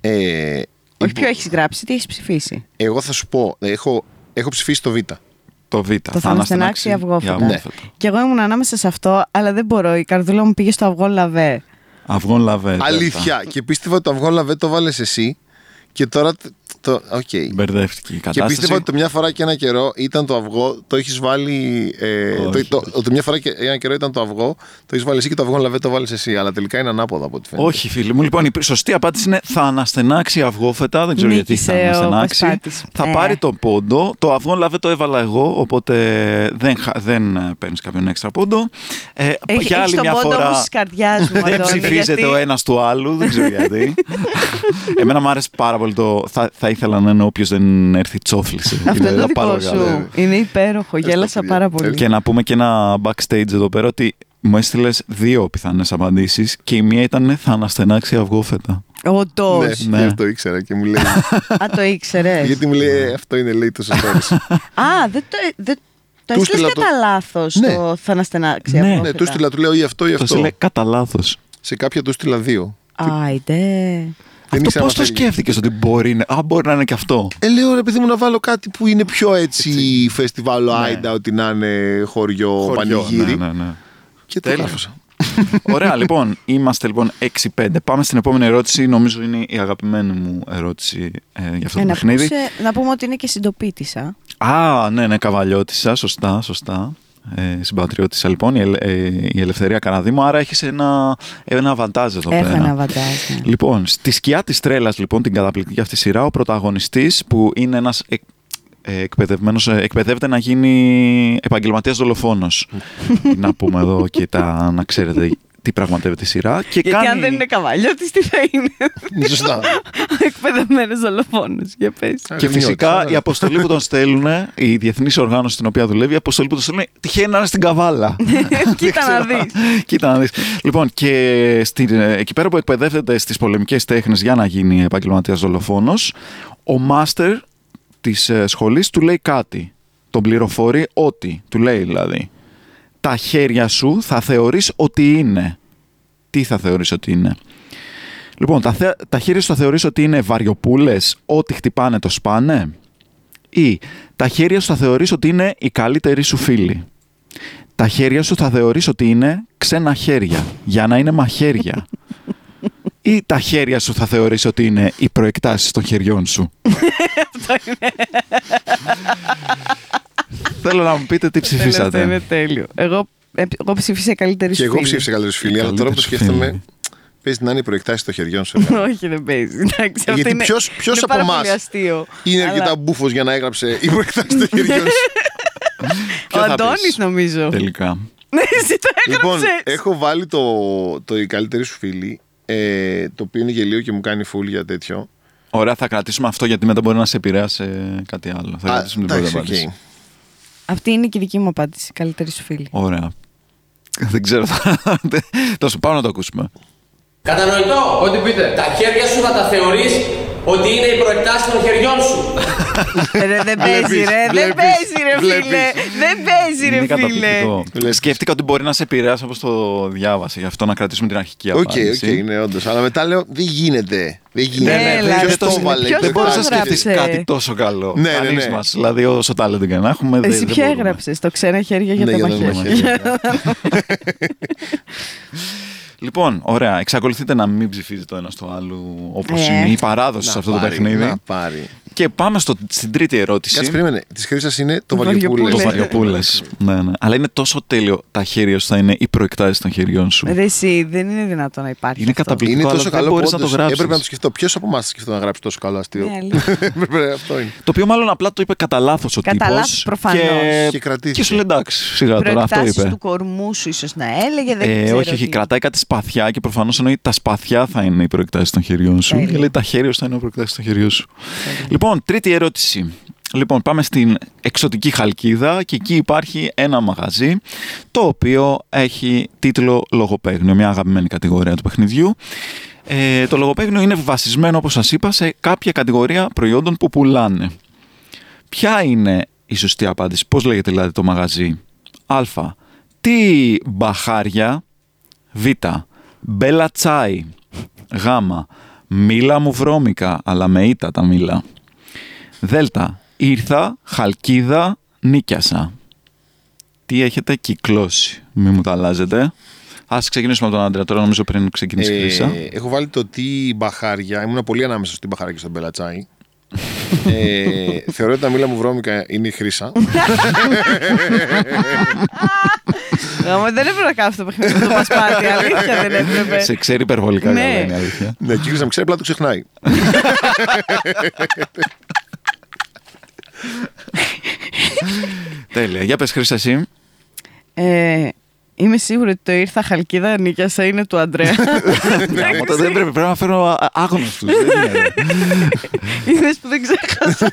B: Ε,
A: Όχι ποιο έχεις γράψει, τι έχεις ψηφίσει.
B: εγώ θα σου πω, έχω, έχω ψηφίσει το Β.
C: Το Β.
A: Το θα αναστενάξει ή αυγόφωτα.
B: Ναι.
A: Και εγώ ήμουν ανάμεσα σε αυτό, αλλά δεν μπορώ. Η καρδούλα μου πήγε στο αυγό λαβέ.
C: Αυγόν λαβέ.
B: Αλήθεια. Και πίστευα ότι το αυγό λαβέ το βάλες εσύ και τώρα. τ- Το, okay.
C: Μπερδεύτηκε η
B: Και
C: κατάσταση.
B: πίστευα ότι το μια φορά και ένα καιρό ήταν το αυγό, το έχεις βάλει. Ε, το-
C: Όχι.
B: το, ότι μια φορά και ένα καιρό ήταν το αυγό, το έχεις βάλει εσύ και το αυγό λαβέ το βάλεις εσύ. Αλλά τελικά είναι ανάποδα από ό,τι φαίνεται.
C: Όχι, φίλοι μου. Λοιπόν, η σωστή απάντηση είναι θα αναστενάξει αυγόφετα. Δεν ξέρω γιατί θα
A: Νίκησε ο
C: αναστενάξει.
A: Πασπάτης.
C: Θα
A: Ε.
C: πάρει τον πόντο. Το αυγόν λαβέ το έβαλα εγώ, οπότε δεν, χα- δεν ε, παίρνεις κάποιον έξτρα πόντο. Ε,
A: Έχει,
C: για
A: έχεις
C: άλλη
A: τον
C: μια
A: πόντο
C: φορά.
A: όμως της καρδιάς μου,
C: δεν
A: Αντώνη,
C: ψηφίζεται
A: γιατί-
C: ο ένας του άλλου, δεν ξέρω γιατί. Εμένα μου άρεσε πάρα πολύ το. Θα, θα ήθελα να είναι όποιος δεν έρθει τσόφληση.
A: Αυτό είναι το
C: πάρα
A: δικό
C: μεγάλο.
A: σου.
B: ναι.
A: Είναι υπέροχο. Γέλασα
B: παιδιά.
A: πάρα πολύ.
C: Και να πούμε και ένα backstage εδώ πέρα ότι μου έστειλες δύο πιθανές απαντήσεις και η μία ήταν «Ναι, θα αναστενάξει αυγόφετα.
A: Όντως.
B: Ναι,
C: Ναι.
B: γι' αυτό ήξερα και μου λέει.
A: Α, το ήξερες.
B: γιατί μου λέει «Ε, αυτό είναι, λέει το σωστό.
A: Α, δεν το. ε, Δεν... Το
B: Του
A: έστειλες
B: στείλα
A: κατά
B: το-
A: λάθος
B: Ναι.
A: το θα αναστενάξει.
C: Ναι.
B: ναι,
A: αυγόφετα.
B: του στείλα, του λέω ή αυτό ή
C: Το
B: αυτό.
C: στείλε κατά λάθος.
B: Σε κάποια του στείλα δύο.
A: Άιντε.
B: Δεν ήξερα
C: Αυτό πώ
B: αν
C: το
B: θέλει.
C: σκέφτηκες ότι μπορεί να, α, μπορεί να είναι και αυτό.
B: Ε, λέω ρε παιδί μου να βάλω κάτι που είναι πιο έτσι, φεστιβάλ Άιντα, ότι να είναι χωριό, πανηγύρι.
C: Ναι, ναι, ναι.
B: Και το
C: Τέλεια.
B: γράφωσα.
C: Ωραία, λοιπόν, είμαστε λοιπόν 6-5. Πάμε στην επόμενη ερώτηση. Νομίζω είναι η αγαπημένη μου ερώτηση ε, για αυτό
A: Ε,
C: το
A: να,
C: παιχνίδι.
A: πούμε σε- να πούμε ότι είναι και συντοπίτησα.
C: Α, ναι, ναι, καβαλιώτησα. Σωστά, σωστά. Ε, συμπατριώτησα λοιπόν η, Ελε- ε, η Ελευθερία Καναδίμου. Άρα έχεις ένα, ένα βαντάζ εδώ
A: Έχω
C: πέρα.
A: ένα βαντάζ. ναι.
C: Λοιπόν, στη σκιά της τρέλας, λοιπόν, την καταπληκτική αυτή σειρά, ο πρωταγωνιστής που είναι ένας εκ, ε, εκπαιδευμένος, ε, εκπαιδεύεται να γίνει επαγγελματίας δολοφόνος. να πούμε εδώ και τα, να ξέρετε τι πραγματεύεται η σειρά. Και
A: Γιατί
C: κάνει...
A: αν δεν είναι καβαλιώτης τι θα είναι.
B: Ναι, Σωστά.
A: Εκπαιδευμένο δολοφόνο. Για πες.
C: Και
B: Αγνιώτησα,
C: φυσικά
B: ναι.
C: η αποστολή που τον στέλνουν, η διεθνής οργάνωση στην οποία δουλεύει, η αποστολή που τον στέλνουν τυχαίνει να είναι στην καβάλα.
A: Ναι. Κοίτα να δεις.
C: Κοίτα να δεις. Λοιπόν, και στην, ε, εκεί πέρα που εκπαιδεύεται στις πολεμικές τέχνες για να γίνει επαγγελματίας δολοφόνος, ο μάστερ της ε, σχολής του λέει κάτι. Τον πληροφορεί ότι, του λέει δηλαδή, τα χέρια σου θα θεωρείς ότι είναι. Τι θα θεωρείς ότι είναι. Λοιπόν, τα, θε- τα χέρια σου θα θεωρείς ότι είναι βαριοπούλες, ό,τι χτυπάνε το σπάνε. Ή τα χέρια σου θα θεωρείς ότι είναι η καλύτερη σου φίλη. Τα χέρια σου θα θεωρείς ότι είναι ξένα χέρια, για να είναι μαχαίρια. Ή τα χέρια σου θα θεωρείς ότι είναι οι προεκτάσεις των χεριών σου. Θέλω να μου πείτε τι
A: Αυτό είναι
C: ψηφίσατε.
A: τέλειο. Εγώ, ε, εγώ ψήφισα καλύτερη
B: Και
A: σου
B: εγώ
A: φίλη.
B: ψήφισα καλύτερου φίλοι, αλλά τώρα που το
C: Καλύτερους φίλοι.
B: σκέφτομαι. Παίζει να είναι οι προεκτάσει των χεριών σου. εμένα.
A: Όχι, δεν παίζει. Εντάξει, αυτό
B: Ε, Γιατί
A: είναι-
B: ποιος- ποιος
A: είναι
B: από
A: πάρα
B: εμάς
A: πολύ αστείο.
B: Είναι
A: Αλλά
B: αρκετά μπουφο για να έγραψε οι προεκτάσει των χεριών σου.
A: Ο
C: Ποιο θα
A: Αντώνη
C: πεις?
A: νομίζω.
C: Τελικά.
A: Ναι, εσύ το
B: λοιπόν,
A: έγραψε.
B: έχω βάλει το, το η καλύτερη σου φίλη, ε, το οποίο είναι γελίο και μου κάνει φουλ για τέτοιο.
C: Ωραία, θα κρατήσουμε αυτό γιατί μετά μπορεί να σε επηρεάσει ε, κάτι άλλο. Θα
B: Α,
C: κρατήσουμε την πρώτη
B: εντάξει,
C: απάντηση.
B: οκ.
A: Αυτή είναι και η δική μου απάντηση. Καλύτερη σου φίλη.
C: Ωραία. Δεν ξέρω. Τόσο πάμε να το ακούσουμε.
G: Κατανοητό.
H: Ό,τι πείτε.
G: Τα χέρια σου θα τα θεωρείς ότι είναι οι προεκτάσεις των χεριών σου.
A: Ρε, Ε, δεν παίζει,
B: Βλέπεις,
A: ρε. Δεν
B: βλέπεις,
A: παίζει, ρε,
B: βλέπεις.
A: φίλε. Δεν παίζει,
C: Είναι
A: ρε, φίλε.
C: καταπληκτικό.
B: Βλέπεις.
C: Σκέφτηκα ότι μπορεί να σε επηρεάσει όπως το διάβασε. Γι' αυτό να κρατήσουμε την αρχική
B: Οκ,
C: απάντηση.
B: οκ, είναι όντως. Αλλά μετά λέω δεν γίνεται. Δεν
C: Ναι, ναι,
B: γίνεται.
A: Έλα,
B: Ποιος
A: ρε,
B: το
A: φίλε,
B: έβαλε.
A: ποιος
B: οι
C: δεν
A: το
C: μπορεί να
B: προεκτάσεις των
C: σκεφτεί
B: χεριών.
A: έγραψε.
C: κάτι τόσο καλό.
B: Ναι, ναι,
C: Κανείς
B: ναι.
C: μας. Δηλαδή, όσο talent και να έχουμε. δεν-
A: Εσύ
C: δεν
A: ποια
C: μπορούμε.
A: έγραψες το ξένα χέρια για
B: Ναι,
A: τα
B: για τα
A: μαχαίρια.
B: μαχαίρια.
C: Λοιπόν, ωραία. Εξακολουθείτε να μην ψηφίζετε το ένα στο άλλο όπως
A: Ε.
C: είναι η παράδοση σε
B: Να
C: αυτό το
B: πάρει,
C: παιχνίδι.
B: να πάρει.
C: Και πάμε στο, στην τρίτη ερώτηση.
B: Κάτσε, περίμενε. Τη χρήση είναι το
A: Βαριοπούλες.
B: βαριοπούλες.
C: Το βαριοπούλες. ναι, ναι. Αλλά είναι τόσο τέλειο τα χέρια σου θα είναι οι προεκτάσεις των χεριών σου.
A: Ρε, εσύ, δεν είναι δυνατό να υπάρχει.
C: Είναι
A: αυτό.
C: καταπληκτικό.
B: Είναι
C: αλλά
B: τόσο
C: δεν
B: καλό που
C: μπορείς να το
B: όντως
C: γράψεις.
B: έπρεπε να το σκεφτώ. Ποιος από εμάς σκεφτόταν να γράψει τόσο καλό αστείο.
A: Ναι, αλήθεια.
B: Έπρεπε, αυτό είναι.
C: Το οποίο μάλλον απλά το είπε κατά λάθος ο
A: Κατά
C: τύπος
A: λάθος, προφανώς.
C: Και,
B: Και κρατήθηκε.
C: και σου λέει εντάξει, σιγά τώρα αυτό
A: Προεκτάσεις
C: είπε.
A: του κορμού σου ίσως να έλεγε. Δεν
C: Ε,
A: ξέρω
C: όχι, όχι,
A: τι.
C: κρατάει κάτι σπαθιά και προφανώς εννοεί τα σπαθιά θα είναι οι προεκτάσεις των χεριών σου.
A: Τέλεια.
C: Και λέει τα χέρια σου θα είναι οι προεκτάσεις των χεριών σου. Λοιπόν, τρίτη ερώτηση. Λοιπόν, πάμε στην εξωτική χαλκίδα και εκεί υπάρχει ένα μαγαζί το οποίο έχει τίτλο Λογοπαίγνιο, μια αγαπημένη κατηγορία του παιχνιδιού. Ε, το λογοπαίγνιο είναι βασισμένο, όπως σας είπα, σε κάποια κατηγορία προϊόντων που πουλάνε. Ποια είναι η σωστή απάντηση, πώς λέγεται δηλαδή το μαγαζί. Α. Τι μπαχάρια. Β. Μπέλα τσάι. Γάμα. Μήλα μου βρώμικα, αλλά με ήττα τα μήλα. Δέλτα. Ήρθα, χαλκίδα, νίκιασα. Τι έχετε κυκλώσει. Μη μου τα αλλάζετε. Ας ξεκινήσουμε από τον άντρα τώρα, νομίζω πριν ξεκινήσει η Χρύσα.
B: Ε, έχω βάλει το τι μπαχάρια. Ήμουν πολύ ανάμεσα στην μπαχάρια και στον μπελατσάι. ε, θεωρώ ότι τα μήλα μου βρώμικα είναι η χρύσα.
A: Γαμώ, δεν έπρεπε να κάνω αυτό το παιχνίδι με το πασπάτι. Αλήθεια δεν έπρεπε.
C: Σε ξέρει υπερβολικά
A: Ναι.
C: καλά είναι η αλήθεια.
B: ναι, κύριο να με ξέρει, απλά το ξεχνάει.
C: Τέλεια. Για πες Χρύσα εσύ.
A: Ε, είμαι σίγουρη ότι το ήρθα χαλκίδα νίκιασα είναι του Αντρέα.
C: Γαμώτα, δεν πρέπει, πρέπει να φέρω άγνωστου.
A: Είδες που δεν ξέχασα.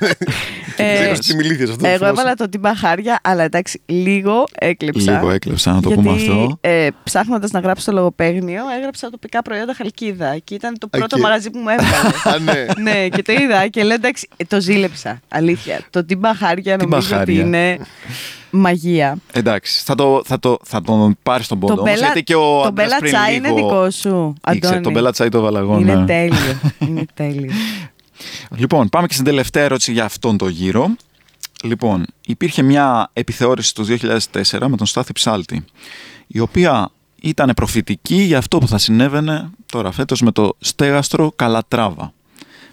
A: Ε,
B: Ξέρω τι μιλήθηκες αυτό.
A: εγώ
B: θυμάσαι.
A: έβαλα το την μπαχάρια, αλλά εντάξει, λίγο έκλεψα.
C: Λίγο έκλεψα, να το
A: γιατί,
C: πούμε αυτό.
A: Ε, Ψάχνοντας να γράψω το λογοπαίγνιο, έγραψα τοπικά προϊόντα χαλκίδα και ήταν το πρώτο
B: Εκεί.
A: μαγαζί που μου έβαλε.
B: Α, ναι.
A: ναι, και το είδα και λέω εντάξει, ε, το ζήλεψα. Αλήθεια. Το την μπαχάρια
C: Την
A: νομίζω ότι
C: μπαχάρια.
A: είναι μαγεία.
C: Εντάξει, θα, το, θα, το, θα τον πάρεις τον πόντο.
A: το
C: όμως, γιατί και ο
A: το
C: Αντρέας
A: μπέλα
C: πριν
A: τσάι
C: λίγο
A: είναι δικό σου.
C: ήξερε,
A: Αντώνη.
C: τον μπέλα τσάι το έβαλα εγώ.
A: Είναι
C: ναι.
A: τέλειο. είναι τέλειο.
C: Λοιπόν, πάμε και στην τελευταία ερώτηση για αυτόν τον γύρο. Λοιπόν, υπήρχε μια επιθεώρηση το 2004 με τον Στάθη Ψάλτη, η οποία ήταν προφητική για αυτό που θα συνέβαινε τώρα φέτος με το στέγαστρο Καλατράβα.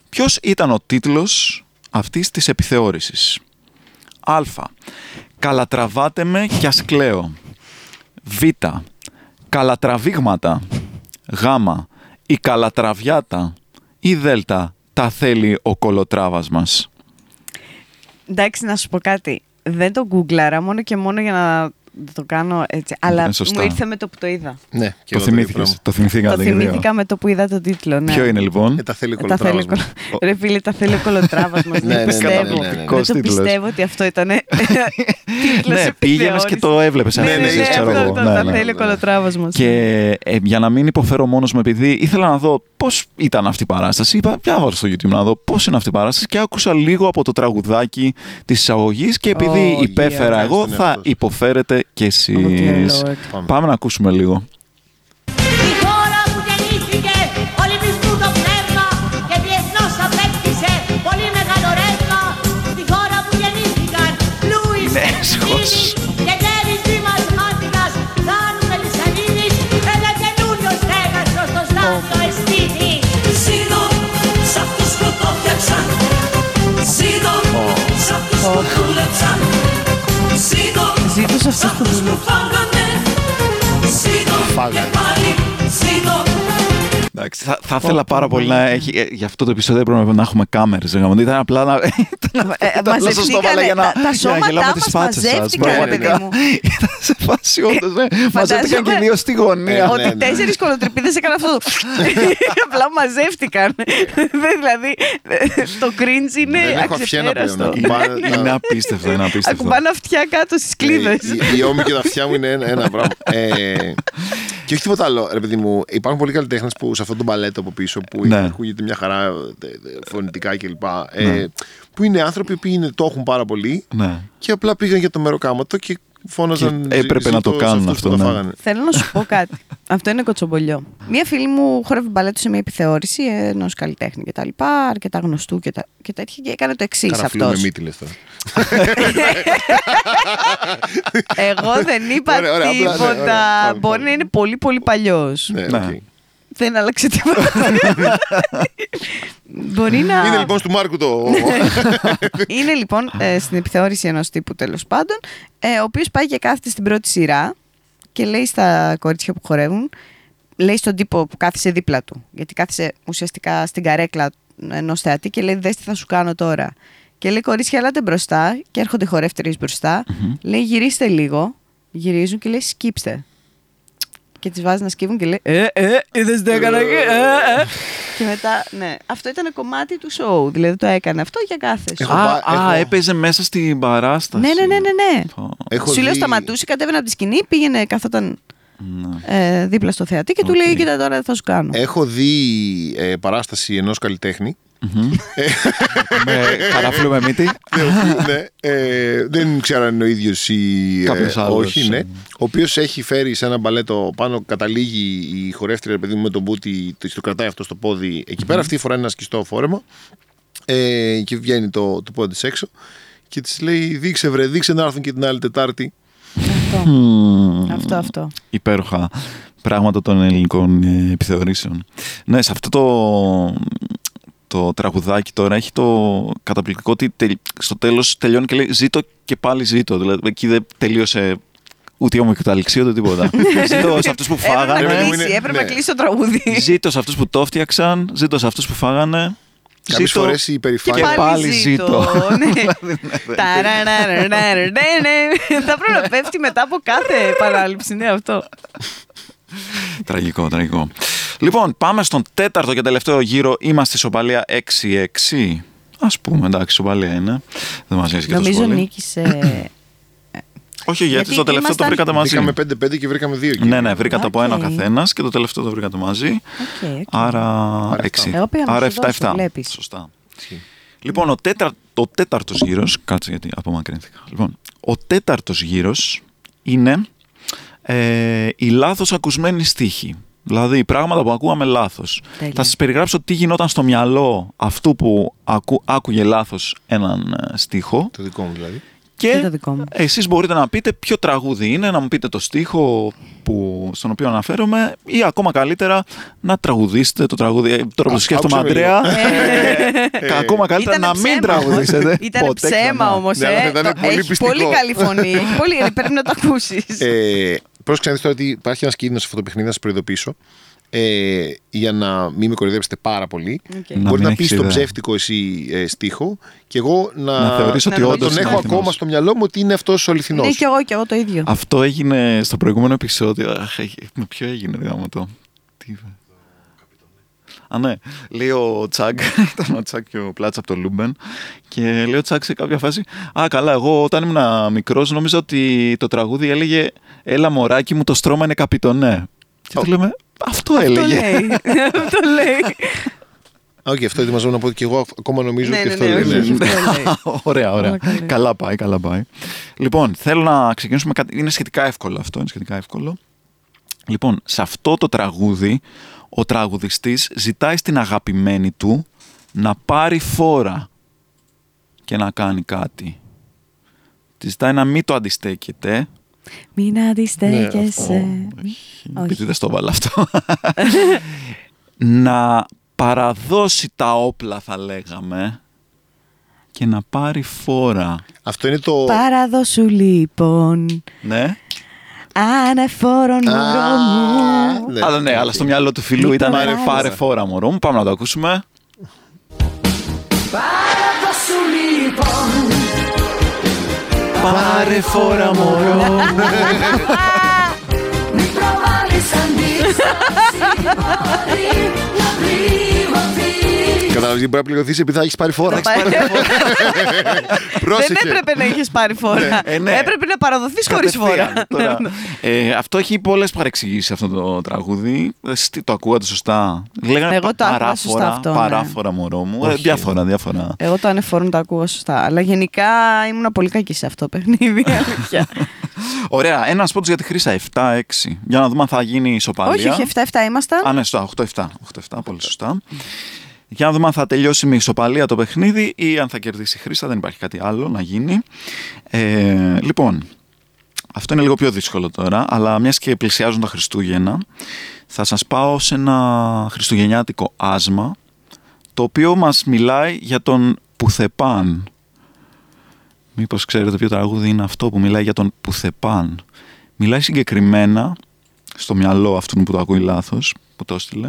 C: Ποιος ήταν ο τίτλος αυτής της επιθεώρησης. Α. Καλατραβάτε με κι ας κλαίω. Β. Καλατραβήγματα. Γ. Η καλατραβιάτα. Ή Δ. Τα θέλει ο κολοτράβας μας.
A: Εντάξει, να σου πω κάτι. Δεν το γκούγκλαρα μόνο και μόνο για να το κάνω έτσι. Αλλά
C: Ναι, σωστά.
A: μου ήρθε με το που το είδα.
B: Ναι, και
C: Το
B: εγώ ίδιο
C: θυμήθηκες.
B: πράγμα.
C: Το θυμηθήκατε.
A: το
C: και δύο.
A: θυμήθηκα με το που είδα το τίτλο. Ναι.
C: Ποιο είναι λοιπόν.
B: Ε, τα θέλει
A: τα θέλει
B: κολοτράβας
A: κολο...
B: μας.
A: Ρε φίλε, τα θέλει ο κολοτράβας μας.
B: Ναι, ναι,
A: Δεν
B: ναι,
A: πιστεύω.
B: ναι, ναι, ναι, ναι.
A: Δεν το
C: Τίτλος.
A: πιστεύω ότι αυτό ήταν τίτλος
C: Ναι, πήγαινες και το έβλεπες.
A: Ναι, ναι, ναι,
B: Ξέρεις,
A: αυτό,
B: ξέρω εγώ.
A: αυτό,
B: Ναι,
A: τα
B: ναι,
A: θέλει ο
B: ναι.
A: κολοτράβας μας.
C: Και ε, για να μην υποφέρω μόνος μου, επειδή ήθελα να δω πώς ήταν αυτή η παράσταση, είπα, πια βάλω στο YouTube να δω πώς είναι αυτή η παράσταση και άκουσα λίγο από το τραγουδάκι της εισαγωγής και επειδή
A: Ω,
C: υπέφερα
B: yeah.
C: εγώ,
B: Ευχαριστώ, ναι,
C: θα
B: αυτός.
C: υποφέρετε κι εσείς.
A: dear Lord.
B: Πάμε.
C: Πάμε να ακούσουμε λίγο.
H: Η χώρα που γεννήθηκε, ολυμπιστού το πνεύμα και διεθνώς απέκτησε πολύ μεγάλο ρεύμα. Τη χώρα που γεννήθηκαν Λούις
C: Ναι,
H: Στίνης και Ντέβις Δήμας Μάτικας, Θάνου Μελισσανίδης, ένα καινούριο στέγαστρο στο Σλάβιο Εστίτη. Ζήτω σ' αυτούς που το φτιάξαν, ζήτω σ' αυτούς που δούλεψαν, ζήτω
A: Ζήτω σε αυτό το δουλειό.
B: Φάγανε.
C: Εντάξει, θα, θα ήθελα πάρα πολύ να έχει. ε, Γι' αυτό το επεισόδιο έπρεπε να έχουμε κάμερες. ρε γαμώ. Ήταν απλά να. ήταν
A: Ε,
C: απλά στο
A: μαζευτήκανε,
C: στόμα, αλλά για να-
A: τα- τα
C: για να
A: σώματά
C: γελάμε
A: μας
C: τις φάτσες σας,
A: μαζεύτηκαν,
B: ρε
C: πραγματικά.
A: παιδί μου.
C: Ήταν σε φάση όντως, ναι. Μαζεύτηκαν και
A: φαντάζομαι
C: οι δύο στη
B: Ε,
C: γωνία.
B: ναι,
A: Ότι
B: ναι.
A: τέσσερις κολοτρυπίδες έκαναν αυτό. το Απλά μαζεύτηκαν. Δεν, δηλαδή, το cringe είναι.
B: Δεν έχω αυχένα πλέον,
A: αξεπέραστο.
B: ακούω. Ακουμπά-
C: Είναι απίστευτο, είναι απίστευτο.
A: Ακουμπάνε αυτιά κάτω στις κλίδε.
B: Ε, Οι, οι ώμοι και τα αυτιά μου είναι ένα, ένα πράγμα. Ε, και όχι τίποτα άλλο, ρε παιδί μου. Υπάρχουν πολλοί καλλιτέχνες που σε αυτό το μπαλέτο από πίσω που
C: Ναι.
B: ακούγεται μια χαρά ε, ε, φωνητικά κλπ. Ε, Που είναι άνθρωποι που είναι, το έχουν πάρα πολύ
C: Ναι.
B: και απλά πήγαν για το μεροκάματο και φώναζαν.
C: Και έπρεπε
B: ζη-
C: να το
B: ζήτω σε
C: κάνουν
B: αυτούς που
C: αυτό,
B: τα
C: ναι.
B: φάγανε.
A: Θέλω να σου πω κάτι. Αυτό είναι κοτσομπολιό. Μία φίλη μου χόρευε μπαλέτο σε μια επιθεώρηση ενός καλλιτέχνη και τα λοιπά, αρκετά γνωστού και, τα, και τέτοια και έκανε το εξής
B: Καραφλού
A: αυτός.
B: με μύτη, λες τώρα.
A: Εγώ δεν είπα
B: Ωραία, ωραία, απλά, ναι,
A: τίποτα.
B: ωραία, πάμε,
A: Μπορεί
B: πάμε.
A: να είναι πολύ πολύ παλιός.
B: Ναι,
C: Ναι.
B: οκ.
A: Δεν άλλαξε τίποτα. Μπορεί να.
B: Είναι λοιπόν του Μάρκου το.
A: Είναι λοιπόν ε, στην επιθεώρηση ενός τύπου τέλος πάντων, ε, ο οποίος πάει και κάθεται στην πρώτη σειρά και λέει στα κορίτσια που χορεύουν, λέει στον τύπο που κάθισε δίπλα του. Γιατί κάθισε ουσιαστικά στην καρέκλα ενός θεατή και λέει: Δε τι θα σου κάνω τώρα. Και λέει: Κορίτσια, ελάτε μπροστά. Και έρχονται οι χορεύτριες μπροστά. Λέει: Γυρίστε λίγο. Γυρίζουν και λέει: Σκύψτε. Και τις βάζεις να σκύβουν και λέει: Ε, ε, είδες τι έκανα. εκεί, Ε, ε. και μετά, ναι. Αυτό ήταν κομμάτι του σοου. Δηλαδή το έκανε αυτό για κάθε σοου.
B: Έχω πα-
C: Α, α,
B: έχω-
C: έπαιζε μέσα στην παράσταση.
A: Ναι, ναι, ναι, ναι. ναι.
C: Πω.
B: Έχω
A: Σου λέω,
B: δει-
A: σταματούσε, κατέβαινε από τη σκηνή, πήγαινε, καθόταν
C: Ναι.
A: ε, δίπλα στο θεατή και του
C: Οκ.
B: Ε,
A: λέει: Κοίτα τώρα, θα σου κάνω.
B: Έχω δει ε, παράσταση ενός καλλιτέχνη
C: με καραφλούμε μύτη.
B: Ναι, ο οποίος- ναι, ε, δεν ξέρω αν είναι ο ίδιος ή ε,
C: Κάποιος άλλος.
B: όχι. Ναι, ο οποίος έχει φέρει σε ένα μπαλέτο πάνω, καταλήγει η χορεύτρια, ρε παιδί μου, με τον μπούτι, της το κρατάει αυτό στο πόδι εκεί πέρα. Αυτή φοράει ένα σκιστό φόρεμα ε, και βγαίνει το, το πόδι της έξω και της λέει: Δείξε, βρε, δείξε να έρθουν και την άλλη Τετάρτη.
D: Αυτό, αυτό.
C: Υπέροχα πράγματα των ελληνικών ε, επιθεωρήσεων. Ναι, σε αυτό το, το τραγουδάκι τώρα έχει το καταπληκτικό ότι τελ- στο τέλος τελειώνει και λέει ζήτω και πάλι ζήτω. Δηλαδή εκεί δεν τελείωσε ούτε η ομικοταληξία ούτε τίποτα. ζήτω σε αυτούς που
D: Έπρεπε να
B: ναι,
C: φάγανε,
D: κλείσει,
B: είναι-
D: έπρεπε να
B: ναι.
D: κλείσει το τραγούδι.
C: ζήτω σε αυτούς που το φτιάξαν, ζήτω σε αυτούς που φάγανε.
B: Κάποιες
C: ζήτω-
B: φορές η υπερηφάνεια.
C: Και πάλι Δηλαδή, ζήτω.
D: Ναι. Ταραραραραραρ, ναι, ναι. Θα πρέπει να πέφτει μετά από κάθε επανάληψη. Ναι, αυτό.
C: Τραγικό, τραγικό. Λοιπόν, πάμε στον τέταρτο και τελευταίο γύρο. Είμαστε ισοπαλία 6-6. Ας πούμε, εντάξει, ισοπαλία είναι. Δεν μας νοιάζει και τόσο
D: Νομίζω
C: πολύ.
D: νίκησε.
C: Όχι, γιατί,
D: γιατί
C: στο τελευταίο το
D: ήμασταν-
C: βρήκατε μαζί.
B: Βρήκαμε 5-5 και βρήκαμε 2 εκεί.
C: Ναι, ναι, βρήκατε από ένα ο
D: Οκ.
C: καθένας και το τελευταίο το βρήκατε μαζί.
D: Οκ, οκ.
C: Άρα 6.
B: εφτά.
D: Εγώ πήγα να
C: Άρα
D: σου δώσω,
C: 7-7.
D: βλέπεις.
C: Σωστά. Λοιπόν, ο, τέταρ, ο τέταρτος γύρος. Κάτσε γιατί απομακρύνθηκα. Λοιπόν, ο τέταρτος γύρος είναι ε, η λάθος ακουσμένη στίχη. Δηλαδή, πράγματα που ακούγαμε λάθος.
D: Τέλεια.
C: Θα σας περιγράψω τι γινόταν στο μυαλό αυτού που ακού, άκουγε λάθος έναν ε, στίχο.
B: Το δικό μου δηλαδή.
C: Και
D: Και το δικό μου.
C: εσείς μπορείτε να πείτε ποιο τραγούδι είναι, να μου πείτε το στίχο που, στον οποίο αναφέρομαι ή ακόμα καλύτερα να τραγουδήσετε το τραγούδι. Ε, Τώρα που το σκέφτομαι,
B: άκουσα με λίγο.
C: Αντρέα, ε, ακόμα καλύτερα
D: Ήτανε
C: να
D: ψέμα.
C: μην τραγουδήσετε.
D: Ήταν
C: ποτέ
D: ψέμα
C: ξανά.
D: όμως.
B: Ναι, αλλά θα ήταν πολύ
D: Έχει
B: πιστικό.
D: πολύ καλή φωνή. Έχει πολύ- Πρέπει να το ακούσεις.
B: Ε, Πρόσεξε να δεις τώρα ότι υπάρχει ένας κίνδυνος σε αυτό το παιχνίδι, να σας προειδοποιήσω. Ε, για να μην με κοροϊδέψετε πάρα πολύ.
C: Να
B: Μπορεί
C: μην
B: να
C: έχεις
B: πεις τον
C: ιδέα.
B: ψεύτικο εσύ ε, στίχο και εγώ να,
C: Να θεωρήσω ότι
B: να
C: όντως
B: τον
C: είναι
B: έχω
C: αληθινός.
B: ακόμα στο μυαλό μου ότι είναι αυτός ο αληθινός.
D: Ναι, κι εγώ κι εγώ το ίδιο.
C: Αυτό έγινε στο προηγούμενο επεισόδιο. Αχ, έχει- με ποιο έγινε ρε γάμο το. Τι είπε. Α, ναι. Λέει ο Τσάκ, ήταν ο Τσάκ και ο Πλάτσα από το Λούμπεν. Και λέει ο Τσάκ σε κάποια φάση. Α, καλά, εγώ όταν ήμουν μικρός νόμιζα ότι το τραγούδι έλεγε Έλα μωράκι μου, το στρώμα είναι καπιτονέ. Και του λέμε, αυτό
D: Το
C: έλεγε.
D: λέει. Το λέει.
B: Όχι, αυτό ετοιμαζόμουν να πω ότι και εγώ ακόμα νομίζω
D: Ναι,
B: ότι
D: ναι,
B: αυτό
D: ναι,
B: λέει.
D: όχι,
B: ναι.
D: όχι. Το λέει.
C: ωραία, ωραία. Καλά πάει, καλά πάει. Λοιπόν, θέλω να ξεκινήσουμε κάτι. Είναι σχετικά εύκολο αυτό. Είναι σχετικά εύκολο. Λοιπόν, σε αυτό το τραγούδι, ο τραγουδιστής ζητάει στην αγαπημένη του να πάρει φόρα και να κάνει κάτι. Της ζητάει να μην το αντιστέκεται.
D: Μην
C: Ναι,
D: αντιστέκεσαι.
C: Όχι.
D: Όχι.
C: Επειδή δεν στο βάλα αυτό. να παραδώσει τα όπλα, θα λέγαμε, και να πάρει φόρα.
B: Αυτό είναι το.
D: Παραδόσου λοιπόν
C: Ναι.
D: Ανεφόρον μωρό μου
B: Ναι.
C: Αλλά ναι, αλλά στο μυαλό του φιλού ήταν
D: Πάρε
C: πάρε,
D: φόρα.
C: πάρε φόρα μωρό μου. Πάμε να το ακούσουμε. Πάρε φόρα μωρό μου.
B: Κατάλαβε μπορεί να πληρωθείς επειδή θα έχεις πάρει φόρα.
D: Δεν
B: Πρόσεχε.
D: έπρεπε να έχεις πάρει φόρα
C: ε, ναι.
D: Έπρεπε να παραδοθείς χωρίς
C: Κατευθείαν,
D: φόρα
C: τώρα. ε, αυτό έχει πολλές παρεξηγήσεις αυτό το τραγούδι. Ε, σ- τι, Το ακούγατε σωστά. Λέγανε
D: Εγώ το άκουγα σωστά
C: παράφορα,
D: αυτό, ναι.
C: παράφορα μωρό μου. Ε, διάφορα, διάφορα.
D: Εγώ το ανεφόρον το ακούω σωστά Αλλά γενικά ήμουν πολύ κακή σε αυτό το παιχνίδι αλήθεια.
C: Ωραία, ένα πόντο για τη Χρήσα. 7-6. Για να δούμε αν θα γίνει η ισοπαλία.
D: Όχι, όχι, 7-7
C: Α,
D: ήμασταν
C: ναι, σωστά. 8-7. 8-7, πολύ σωστά. Για να δούμε αν θα τελειώσει με ισοπαλία το παιχνίδι ή αν θα κερδίσει η Χρήσα. Δεν υπάρχει κάτι άλλο να γίνει. Ε, λοιπόν, αυτό είναι λίγο πιο δύσκολο τώρα, αλλά μιας και πλησιάζουν τα Χριστούγεννα, θα σας πάω σε ένα χριστουγεννιάτικο άσμα, το οποίο μας μιλάει για τον Πουθεπάν. Μήπως ξέρετε ποιο τραγούδι είναι αυτό που μιλάει για τον Πουθεπάν. Μιλάει συγκεκριμένα στο μυαλό αυτού που το ακούει λάθος, που το έστειλε.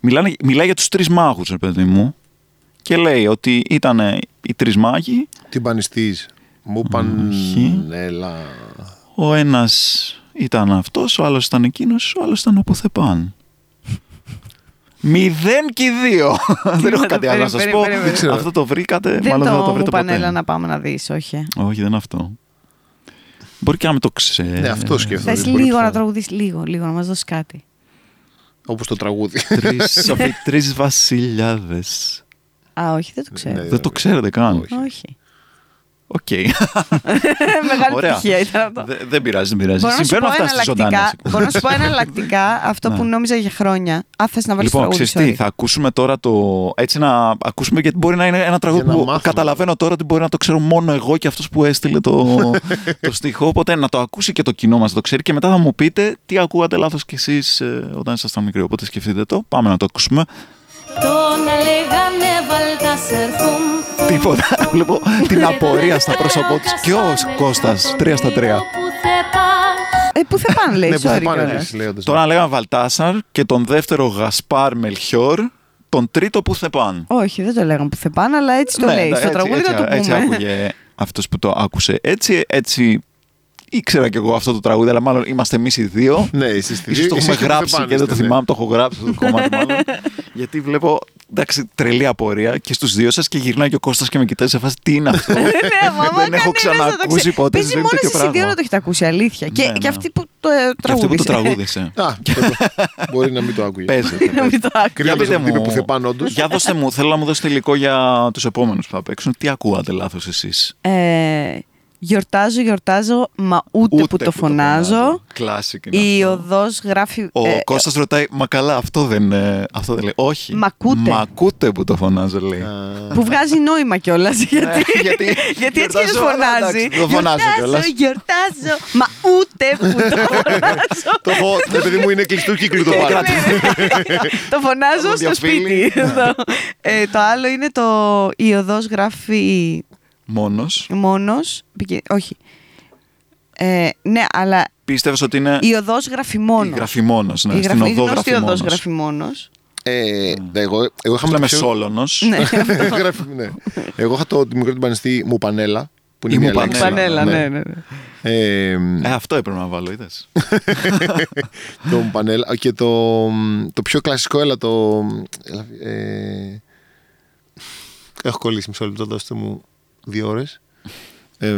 C: Μιλάνε, μιλάει για τους τρεις μάγους, ρε παιδί μου. Και λέει ότι ήταν οι τρεις μάγοι
B: Τι πανιστής. Μου παν.
C: Όχι.
B: Έλα.
C: Ο ένας ήταν αυτός, ο άλλος ήταν εκείνος, ο άλλος ήταν ο πουθεπάν. Μηδέν και δύο. Δεν έχω κάτι άλλο να σας
D: περίμενε,
C: πω.
D: περίμενε.
B: Δεν ξέρω.
C: Αυτό το βρήκατε,
D: Δεν
C: μάλλον δεν θα
D: το
C: το
D: μου
C: βρείτε
D: πανέλα
C: ποτέ.
D: να πάμε να δεις, όχι
C: Όχι, δεν είναι αυτό. Μπορεί και να μην το ξέρει.
B: Ναι, αυτό σκέφτομαι.
D: Θες
B: Μπορεί
D: λίγο
B: πιθανό.
D: να τραγουδείς λίγο, λίγο να μας δώσεις κάτι
B: Όπως το τραγούδι.
C: Τρεις, τρεις βασιλιάδες
A: Α, όχι, δεν το ξέρω.
B: Ναι.
C: Ε, Δεν το ξέρετε καν.
A: Όχι.
C: Οκ.
A: Μεγάλη
C: Ωραία.
A: επιτυχία ήταν αυτό.
C: Δε- Δεν πειράζει, δεν πειράζει.
A: Μπορώ να, σου πω
C: Συμβαίνουν αυτά στι ζωντανέ.
A: εναλλακτικά, μπορώ να σου πω εναλλακτικά αυτό που νόμιζα για χρόνια. Α, θες να βάλεις
C: Ναι. Λοιπόν,
A: τραγούδι,
C: ξέρεις τι,
A: sorry.
C: θα ακούσουμε τώρα το. Έτσι να ακούσουμε, γιατί μπορεί να είναι ένα τραγούδι
B: Για να
C: που
B: μάθουμε.
C: καταλαβαίνω τώρα ότι μπορεί να το ξέρω μόνο εγώ και αυτός που έστειλε το, το στίχο. Οπότε να το ακούσει και το κοινό μας, το ξέρει και μετά θα μου πείτε τι ακούγατε λάθος κι εσείς όταν ήσασταν μικροί. Οπότε σκεφτείτε το. Πάμε να το ακούσουμε.
I: Τον λέγανε Βαλτάσερ Χουμ.
C: Τίποτα. Βλέπω την απορία στα πρόσωπό της και ο Κώστας. Τρία στα τρία.
A: Ε, πού θα πάνε, λέει,
B: Ναι, που θα
A: sorry
B: πάνε
A: κιόλας.
B: επίσης, λέει, όντως.
C: Τώρα λέγαμε Βαλτάσαρ και τον δεύτερο Γασπάρ Μελχιόρ. Τον τρίτο που θεπάν.
A: Όχι, δεν το λέγαμε που θα πάνε, αλλά έτσι το
C: Ναι,
A: λέει.
C: εντάξει,
A: Στο τραγούδι
C: έτσι,
A: θα το πούμε.
C: Έτσι άκουγε αυτός που το άκουσε. Έτσι, έτσι ήξερα κι εγώ αυτό το τραγούδι, αλλά μάλλον είμαστε εμείς οι δύο.
B: Ναι, εσείς οι
C: Ίσως
B: δύο,
C: το
B: εσείς
C: έχουμε
B: και που
C: γράψει
B: δεν
C: και δεν το
B: πάνε, ναι.
C: θυμάμαι, το έχω γράψει αυτό το κομμάτι μάλλον. Γιατί βλέπω, εντάξει, τρελή απορία και στους δύο σας και γυρνάει και ο Κώστας και με κοιτάζει σε φάση τι είναι αυτό.
A: Ναι, μα, μα,
C: Δεν έχω
A: κανένας δεν το
C: ξανακούσει
A: ξέρει.
C: ποτέ
A: Παίζει
C: στη ζωή μου
A: μόνο
C: τέτοιο
A: εσείς οι δύο
C: πράγμα.
A: να το έχετε ακούσει, αλήθεια.
C: Ναι,
A: Και,
C: ναι.
A: και αυτή που το ε,
C: Και αυτή που το
A: τραγούδισε.
C: τραγούδισε.
B: Α, μπορεί να μην το άκουγε.
C: Παίζεται.
A: Να μην το άκουγε.
B: Κρύβεται
C: πείτε
B: ότι είπε
C: μου.
B: που θα πάνε όντως.
C: Για δώστε μου, θέλω να μου δώσετε υλικό για τους επόμενους που θα παίξουν. Τι ακούγατε λάθος εσείς.
A: Ε, Γιορτάζω, γιορτάζω, μα ούτε, που το φωνάζω.
C: Κλάσικ είναι
A: Η
C: αυτό.
A: οδός γράφει...
C: Ο
A: ε,
C: Κώστας ρωτάει, μα καλά, αυτό δεν, ε, αυτό δεν λέει. Όχι.
A: Μ' ακούτε.
C: Μ' ακούτε που το φωνάζω, λέει.
B: Ε,
A: που βγάζει νόημα κιόλας. Γιατί,
C: γιατί
A: γιατί έτσι και
C: γιορτάζω, αλλά
A: φωνάζει.
C: εντάξει, το φωνάζω κιόλας.
A: Γιορτάζω, γιορτάζω, μα ούτε που το φωνάζω.
B: Το έχω, ναι, παιδί μου, είναι κλειστού κύκλου το πάρα.
A: το φωνάζω στο
C: Διαφύλι.
A: σπίτι. Το- ε, το άλλο είναι το η οδός γράφει
C: Μόνος.
A: μόνος. Πήγε- Όχι. Ε, ναι, αλλά
C: Πίστευες ότι είναι
A: η οδός γράφει μόνος.
C: η γραφή μόνος. Ναι,
A: Η
C: στην
A: γραφή- η
C: οδός
A: γνωστή
C: γραφή
A: οδός
C: μόνος.
A: γράφει μόνος.
B: Ε, εγώ, εγώ είχα
C: Λέμε
B: μεταξύ-
C: σόλωνος.
A: Ναι.
B: Γράφει, ναι. Εγώ είχα το τη μικρό την πανιστή μου πανέλα. Που είναι
C: Ή
B: μια
C: μου
B: λέξη.
A: Πανέλα, ναι, ναι. ναι.
B: Ε,
C: Ε, αυτό έπρεπε να βάλω, είδες.
B: το μου πανέλα. Και το, το πιο κλασικό, έλα το. έλα, Ε, έχω κολλήσει μισό λεπτό, δώστε μου δύο ώρες. Ε,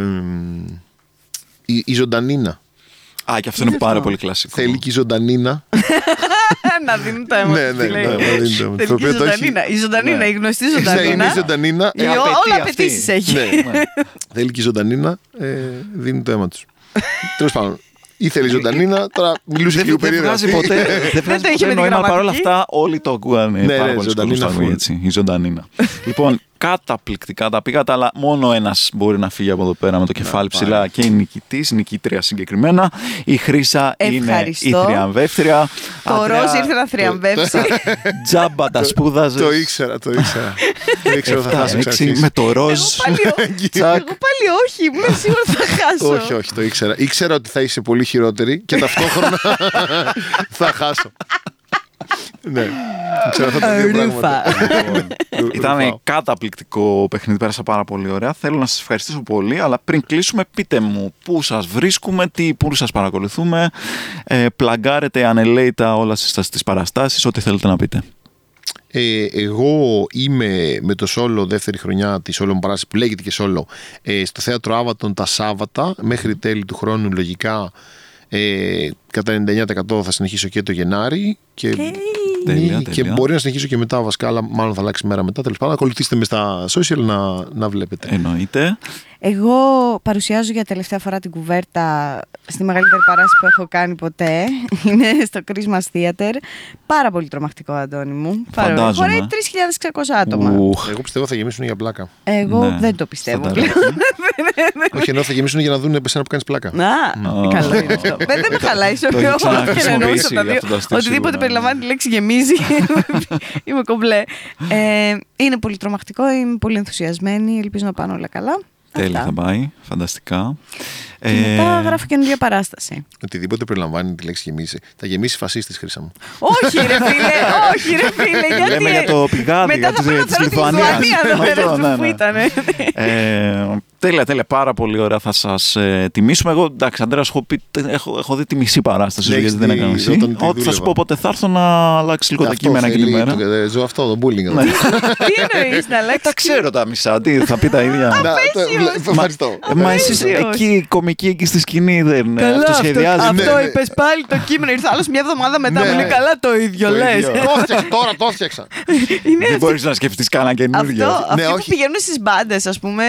B: η, η ζωντανίνα.
C: Α, και αυτό είναι πάρα πολύ κλασικό.
B: Θέλει και η ζωντανίνα.
A: Ε, Να δίνουν τα αίματα.
B: Ναι, ναι,
A: τι λέει.
B: ναι, να δίνουν τα αίματα. Το
A: Θέλει και
B: οποίο
A: η
B: το έχει-
A: ζωντανίνα. Η ζωντανίνα, η γνωστή
B: Είναι η
C: ναι.
A: ζωντανίνα.
B: ζωντανίνα.
A: Ε,
C: Η
A: ό-
C: απαιτεί
A: Όλα
C: αυτή.
A: απαιτήσεις έχει.
B: Ναι. Θέλει και η ζωντανίνα, ε, δίνει το αίμα του. Τέλος πάντων. Ήθελε η ζωντανίνα, τώρα μιλούσε και
C: Δεν
B: ο
C: δεν
B: περίεργα.
C: βγάζει ποτέ, δεν βγάζει
A: το είχε με
C: ποτέ
A: τη
C: νόημα. Παρ' όλα
A: γραμματική.
C: αυτά, όλοι το ακούγανε.
B: Ναι,
C: πάρα
B: ναι,
C: πολλοί
B: ζωντανίνα
C: κόσμος το ακούει
B: full.
C: έτσι. Η ζωντανίνα. λοιπόν, καταπληκτικά τα πήγατε, αλλά μόνο ένας μπορεί να φύγει από εδώ πέρα με το κεφάλι ψηλά και η νικητής, νικήτρια συγκεκριμένα. Η Χρύσα είναι η
A: Ευχαριστώ.
C: θριαμβεύτρια.
A: Το
C: Αντρέα,
A: ροζ ήρθε να θριαμβεύσει.
C: Τζάμπα τα σπούδαζες.
B: Το ήξερα, το ήξερα. Το ήξερα θα χάσω εξαρτήσεις.
C: με το ροζ.
A: Εγώ πάλι ό-
C: Τσακ.
A: Εγώ πάλι όχι, είμαι σίγουρη ότι θα χάσω.
B: Όχι, όχι, το ήξερα. Ήξερα ότι θα είσαι πολύ χειρότερη και ταυτόχρονα θα χάσω. Ναι. Ξέρω αυτά τα δύο πράγματα. Ρου-
C: Ήταν
B: ρουφάω.
C: καταπληκτικό παιχνίδι, πέρασα πάρα πολύ ωραία. Θέλω να σας ευχαριστήσω πολύ, αλλά πριν κλείσουμε πείτε μου πού σας βρίσκουμε, τι, πού σας παρακολουθούμε. Ε, πλαγκάρετε ανελέητα όλα στις, στις παραστάσεις, ό,τι θέλετε να πείτε.
B: Ε, εγώ είμαι με το Σόλο δεύτερη χρονιά της Σόλο μου παράστασης που λέγεται και Σόλο ε, στο θέατρο Άβατον τα Σάββατα μέχρι τέλη του χρόνου λογικά ε, κατά 99% θα συνεχίσω και το Γενάρη και, Ναι,
C: Τέλεια,
B: και
C: τέλεια.
B: μπορεί να συνεχίσω και μετά Βασκάλα μάλλον θα αλλάξει μέρα μετά τέλος πάντων ακολουθήστε με στα social να, να βλέπετε
C: Εννοείται.
A: Εγώ παρουσιάζω για τελευταία φορά την κουβέρτα στη μεγαλύτερη παράσταση που έχω κάνει ποτέ. Είναι στο Christmas Theater. Πάρα πολύ τρομακτικό, Αντώνη μου. Πάρα πολύ.
C: Φαντάζομαι.
A: Χωράει 3.600 άτομα.
C: Ουχ.
B: εγώ πιστεύω θα γεμίσουν για πλάκα
A: Εγώ
C: Ναι,
A: δεν το πιστεύω.
C: φαντάζομαι.
B: όχι ενώ θα γεμίσουν για να δουν εσένα που κάνεις πλάκα
A: Να,
C: Ω.
A: καλό είναι αυτό. Ε, Δεν δεν με χαλάει σε
C: Το έχει ξαναχρησιμοποιήσει
A: εννοούσα τα δύο.
C: αυτό το ναι. αστείο,
A: Οτιδήποτε
C: σίγουρα.
A: περιλαμβάνει τη λέξη γεμίζει. Είμαι κομπλέ. Ε, Είναι πολύ τρομακτικό, είμαι πολύ ενθουσιασμένη. Ελπίζω να πάνε όλα καλά.
C: Τέλεια
A: Αυτά.
C: θα Ε, πάει, φανταστικά.
A: Και Μετά γράφω καινούργια παράσταση.
B: οτιδήποτε περιλαμβάνει τη λέξη γεμίσει θα γεμίσει φασίστης Χρύσα μου
A: όχι, ρε φίλε, όχι, ρε φίλε. Γιατί...
C: Λέμε για το πηγάδι,
A: Μετά
C: για
A: θα
C: τους- ε,
A: πάω να
C: της
A: φέρω τη
C: Λιθουανίας. ναι,
A: Λιθουανία εδώ
C: Αυτό,
A: πέρα
C: ναι,
A: που
C: ναι.
A: ήταν.
C: Ε, Τέλεια, τέλεια. Πάρα πολύ ωραία. Θα σας τιμήσουμε. Εγώ, εντάξει, Αντρέα, έχω, πει- τε- έχω, έχω δει τη μισή παράσταση.
B: Λέξτε,
C: Γιατί δεν έκανα εσύ.
B: όταν τη
C: Ό,τι θα σου
B: δούλευα.
C: πω πότε θα έρθω να αλλάξει λίγο τα
B: Αυτό
C: κείμενα και τη
B: θέλει
C: μέρα.
B: το- ε, Ζω αυτό, το bullying.
C: Ναι.
A: Τι εννοείς να
C: Ε,
A: αλλάξεις.
C: τα ξέρω τα μισά. Τι, θα πει τα ίδια.
B: Να, το-
A: απέσιος.
B: ε, Ευχαριστώ.
C: Ε, Μα εσείς
A: Απέσιος.
C: εκεί, οι κομικοί εκεί στη σκηνή, δεν ε,
A: Καλά,
C: αυτό σχεδιάζει.
A: Αυτό,
B: Ναι, ναι.
A: είπες πάλι το κείμενο. Ήρθε άλλος μια εβδομάδα μετά.
B: Ναι.
A: μου λέει καλά το ίδιο,
B: Το
A: λε.
B: ίδιο. Το έφτιαξα τώρα, το έφτιαξα.
A: Είναι
C: Δεν
A: αυτό.
C: μπορείς να σκεφτείς κανένα καινούργιο.
A: Αυτό, αυτοί που
B: Ναι, όχι.
A: πηγαίνουν στις μπάντες, ας πούμε,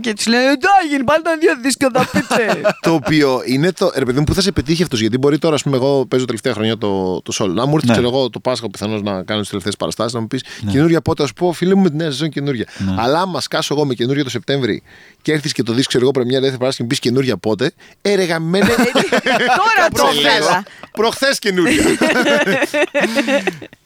A: και του λένε Εντάξει, πάλι τα δύο δίσκια θα πείτε.
B: το οποίο είναι το. Ρε παιδί μου, που θα σε πετύχει αυτός. Γιατί μπορεί τώρα, ας πούμε, εγώ παίζω τελευταία χρονιά το, το solo. Να μου έρθει,
C: Ναι.
B: ξέρω εγώ, το Πάσχα πιθανώς να κάνω τις τελευταίες παραστάσεις, να μου πεις καινούρια πότε, ας πω, φίλε μου με την νέα σεζόν καινούρια. Αλλά άμα σκάσω εγώ με καινούρια το Σεπτέμβρη και έρθεις και το δεις, ξέρω εγώ, πρεμιά δεύτερη παράσταση και μου πεις καινούρια πότε, ε, έργα
C: Ε,
B: μένα.
A: Τώρα το ήθελα.
B: Προχθές καινούρια.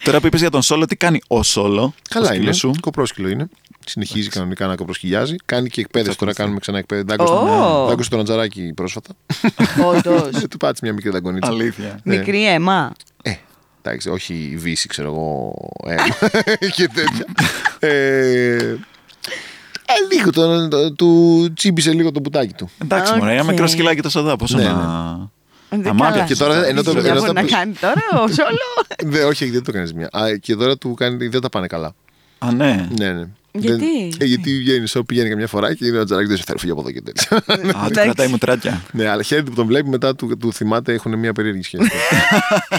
C: Τώρα που είπες για τον Σόλο, τι κάνει ο Σόλο. ο
B: Καλά
C: σκύλος
B: είναι.
C: Σου.
B: Κοπρόσκυλο είναι. Συνεχίζει κανονικά να κοπροσκυλιάζει. Κάνει και εκπαίδευση. Τώρα κάνουμε ξανά εκπαίδευση.
A: Ω.
B: Δάγκωσε τον Ατζαράκη πρόσφατα. Ε,
A: Όντω.
B: Του πάτησε μια μικρή δαγκονίτσα.
C: Αλήθεια.
B: Ναι.
A: Μικρή αίμα.
B: Ε, εντάξει, όχι η Βύση, ξέρω εγώ, αίμα και τέτοια. ε, ε, λίγο το, το- του τσίμπησε λίγο το μπουτάκι του.
C: Εντάξει, μωρέ, ένα
A: Οκ.
C: μικρό σκυλάκι τόσο εδώ. Πόσο
B: Ναι,
C: να.
A: Δεν
C: Αμάλα.
A: καλά.
B: Και τώρα, ενώ το-
A: Τι
B: ενώ
A: δουλειά μπορεί
B: τα-
A: να κάνει τώρα ο Σόλο.
B: Δε, όχι, δεν το κάνεις μια. Α, και τώρα του κάνει, δεν τα πάνε καλά.
C: Α, ναι.
B: Ναι, ναι.
A: Γιατί?
B: Δεν- ε, γιατί βγαίνεις, σαν πηγαίνει καμιά φορά και είναι ο Τζαράκης, δεν σε θέλω, φύγει από εδώ και τέτοια.
C: Α, του
A: Εντάξει.
C: κρατάει μουτράκια.
B: ναι, αλλά χαίρεται που τον βλέπει μετά του, του θυμάται, έχουν μια περίεργη σχέση.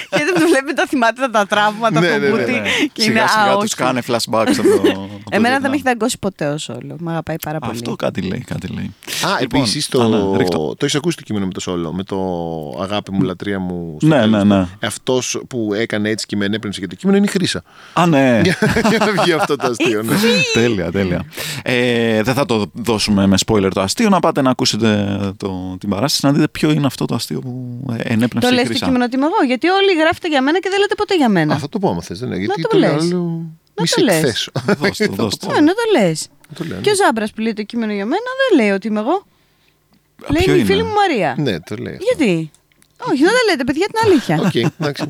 A: Γιατί το βλέπει τα θυμάται τα τραύματα
B: Ναι,
A: από
B: ναι,
A: το
B: ναι,
A: μπούτι.
C: Ναι.
A: Και είναι
C: σιγά σιγά
A: «Α,
C: του
A: όχι».
C: κάνε flashbacks από το. από το
A: Εμένα δεν
C: Βιετνάμ.
A: με έχει δαγκώσει ποτέ ο Σόλο. Μ' αγαπάει πάρα πολύ.
C: Αυτό κάτι λέει, κάτι λέει.
B: Α,
C: Λοιπόν,
B: επίσης
C: α,
B: το.
C: ναι, ρίχτω.
B: το έχεις ακούσει το κείμενο με το Σόλο. Με το αγάπη μου, λατρεία μου. στο
C: Ναι,
B: τέλος.
C: ναι, ναι.
B: Αυτός που έκανε έτσι και με ενέπνευσε και το κείμενο είναι η Χρήσα.
C: Α, ναι.
B: Για να βγει αυτό το αστείο. ναι.
C: τέλεια, τέλεια. Ε, δεν θα το δώσουμε με spoiler το αστείο. Να πάτε να ακούσετε το, την παράσταση, να δείτε ποιο είναι αυτό το αστείο που ε, ενέπνευσε
A: Το
C: η
A: λες το
C: Χρυσά.
A: κείμενο ότι είμαι εγώ. Γιατί όλοι γράφετε για μένα και δεν λέτε ποτέ για
B: Α,
A: μένα.
B: θα το πω άμα θες. Δεν είναι. Γιατί
A: το
B: το λέω.
A: λες.
B: άλλο,
A: Να
B: Μη
A: το
B: σε
A: λες.
B: εκθέσω.
C: Δώσ' το, δώσ' το.
A: Ναι, ναι, το λες.
B: Το λέω, ναι.
A: Και ο Ζάμπρας που λέει το κείμενο για μένα δεν λέει ότι είμαι εγώ.
C: Α,
A: Λέει
C: ποιο
A: είναι η
C: είναι?
A: φίλη μου Μαρία.
B: Ναι, το λέει. αυτό.
A: Γιατί. Όχι, δεν τα λέτε, παιδιά, την αλήθεια.
B: Οκ, εντάξει.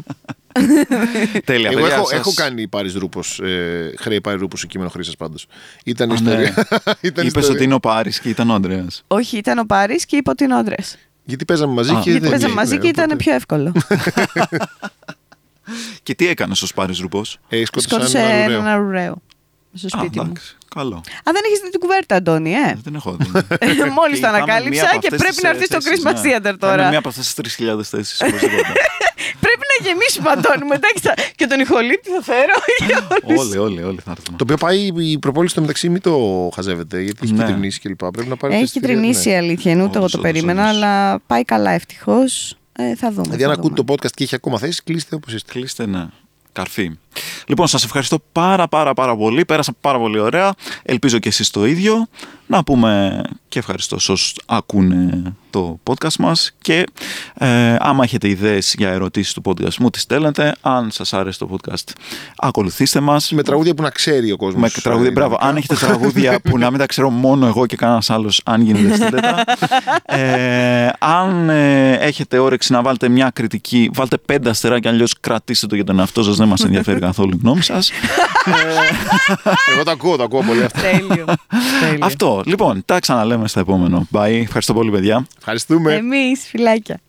C: Τέλεια,
B: Εγώ
C: παιδιά,
B: έχω,
C: σας-
B: έχω κάνει πάρει ρούπος. Ε, χρέη πάρει ρούπος σε κείμενο Χρήσα πάντως. Ήταν
C: Α, ναι.
B: ιστορία. Ήταν
C: Είπες
B: ιστορία.
C: ότι είναι ο Πάρης και ήταν ο Ανδρέας.
A: Όχι, ήταν ο Πάρης και είπα ότι είναι ο Άντρε.
B: Γιατί παίζαμε μαζί
C: Α.
B: και.
A: Γιατί
B: δεν-
A: παίζαμε
B: ναι,
A: μαζί και
B: οπότε-
A: ήταν πιο εύκολο.
C: Και τι έκανες ο Πάρης Ρουπός.
B: Ε,
A: Σκότωσε
B: Σκότωσε
A: έναν
B: ένα.
A: αρουραίο στο σπίτι
C: Α,
A: μου.
C: εντάξει, καλό.
A: Α, δεν έχεις δει την κουβέρτα, Αντώνη, ε.
C: Δεν έχω δει.
A: Μόλις
C: Και
A: το
C: είχαμε
A: ανακάλυψα
C: μία από
A: και
C: αυτές
A: πρέπει
C: τις,
A: να
C: ε,
A: έρθει στο
C: θέσεις,
A: Christmas
C: ναι.
A: Theater
C: Θα
A: τώρα.
C: είναι μία από αυτές τις 3.000 θέσεις. όπως είπατε.
A: Πρέπει να γεμίσουμε, Αντώνη. Μετά και, θα- και τον Ιχολίτη θα φέρω. για όλους.
C: Όλοι, όλοι, όλοι θα έρθουν.
B: Το οποίο πάει η προπόληση στο μεταξύ, μην το χαζεύετε, γιατί έχει
C: Ναι.
B: κυτρινήσει κλπ. Πρέπει να πάρει.
A: Έχει
B: Ναι.
A: κυτρινήσει ε. η αλήθεια, ενώ ούτε εγώ
C: Όντως,
A: το
C: όντως,
A: περίμενα,
C: όντως.
A: αλλά πάει καλά ευτυχώς. Ε, θα δούμε.
B: Δηλαδή,
A: θα
B: αν ακούτε
A: δούμε.
B: το podcast και έχει ακόμα θέση, κλείστε όπως είστε.
C: Κλείστε, ναι. Καρφί. Λοιπόν, σας ευχαριστώ πάρα πάρα πάρα πολύ. Πέρασα πάρα πολύ ωραία. Ελπίζω και εσείς το ίδιο. Να πούμε και ευχαριστώ σε όσους ακούνε το podcast μας και ε, άμα έχετε ιδέες για ερωτήσεις του podcast μου, τις στέλνετε. Αν σας άρεσε το podcast, ακολουθήστε μας.
B: Με τραγούδια που να ξέρει ο κόσμος.
C: Με τραγούδια, μπράβο. Αν έχετε τραγούδια που να μην τα ξέρω μόνο εγώ και κανένας άλλος, αν γίνεται, στείλτε τα. ε, αν ε, έχετε όρεξη να βάλετε μια κριτική, βάλτε πέντε αστεράκια, αλλιώς κρατήστε το για τον εαυτό σας. Δεν μας ενδιαφέρει καθόλου η γνώμη σας.
B: Ε, Εγώ τα ακούω, τα ακούω πολύ αυτά.
A: Τέλειο. Τέλειο.
C: Αυτό. Λοιπόν, τα ξαναλέμε στα επόμενο. Bye. Ευχαριστώ πολύ, παιδιά.
A: Ε,
B: Ευχαριστούμε.
A: Εμείς, φυλάκια.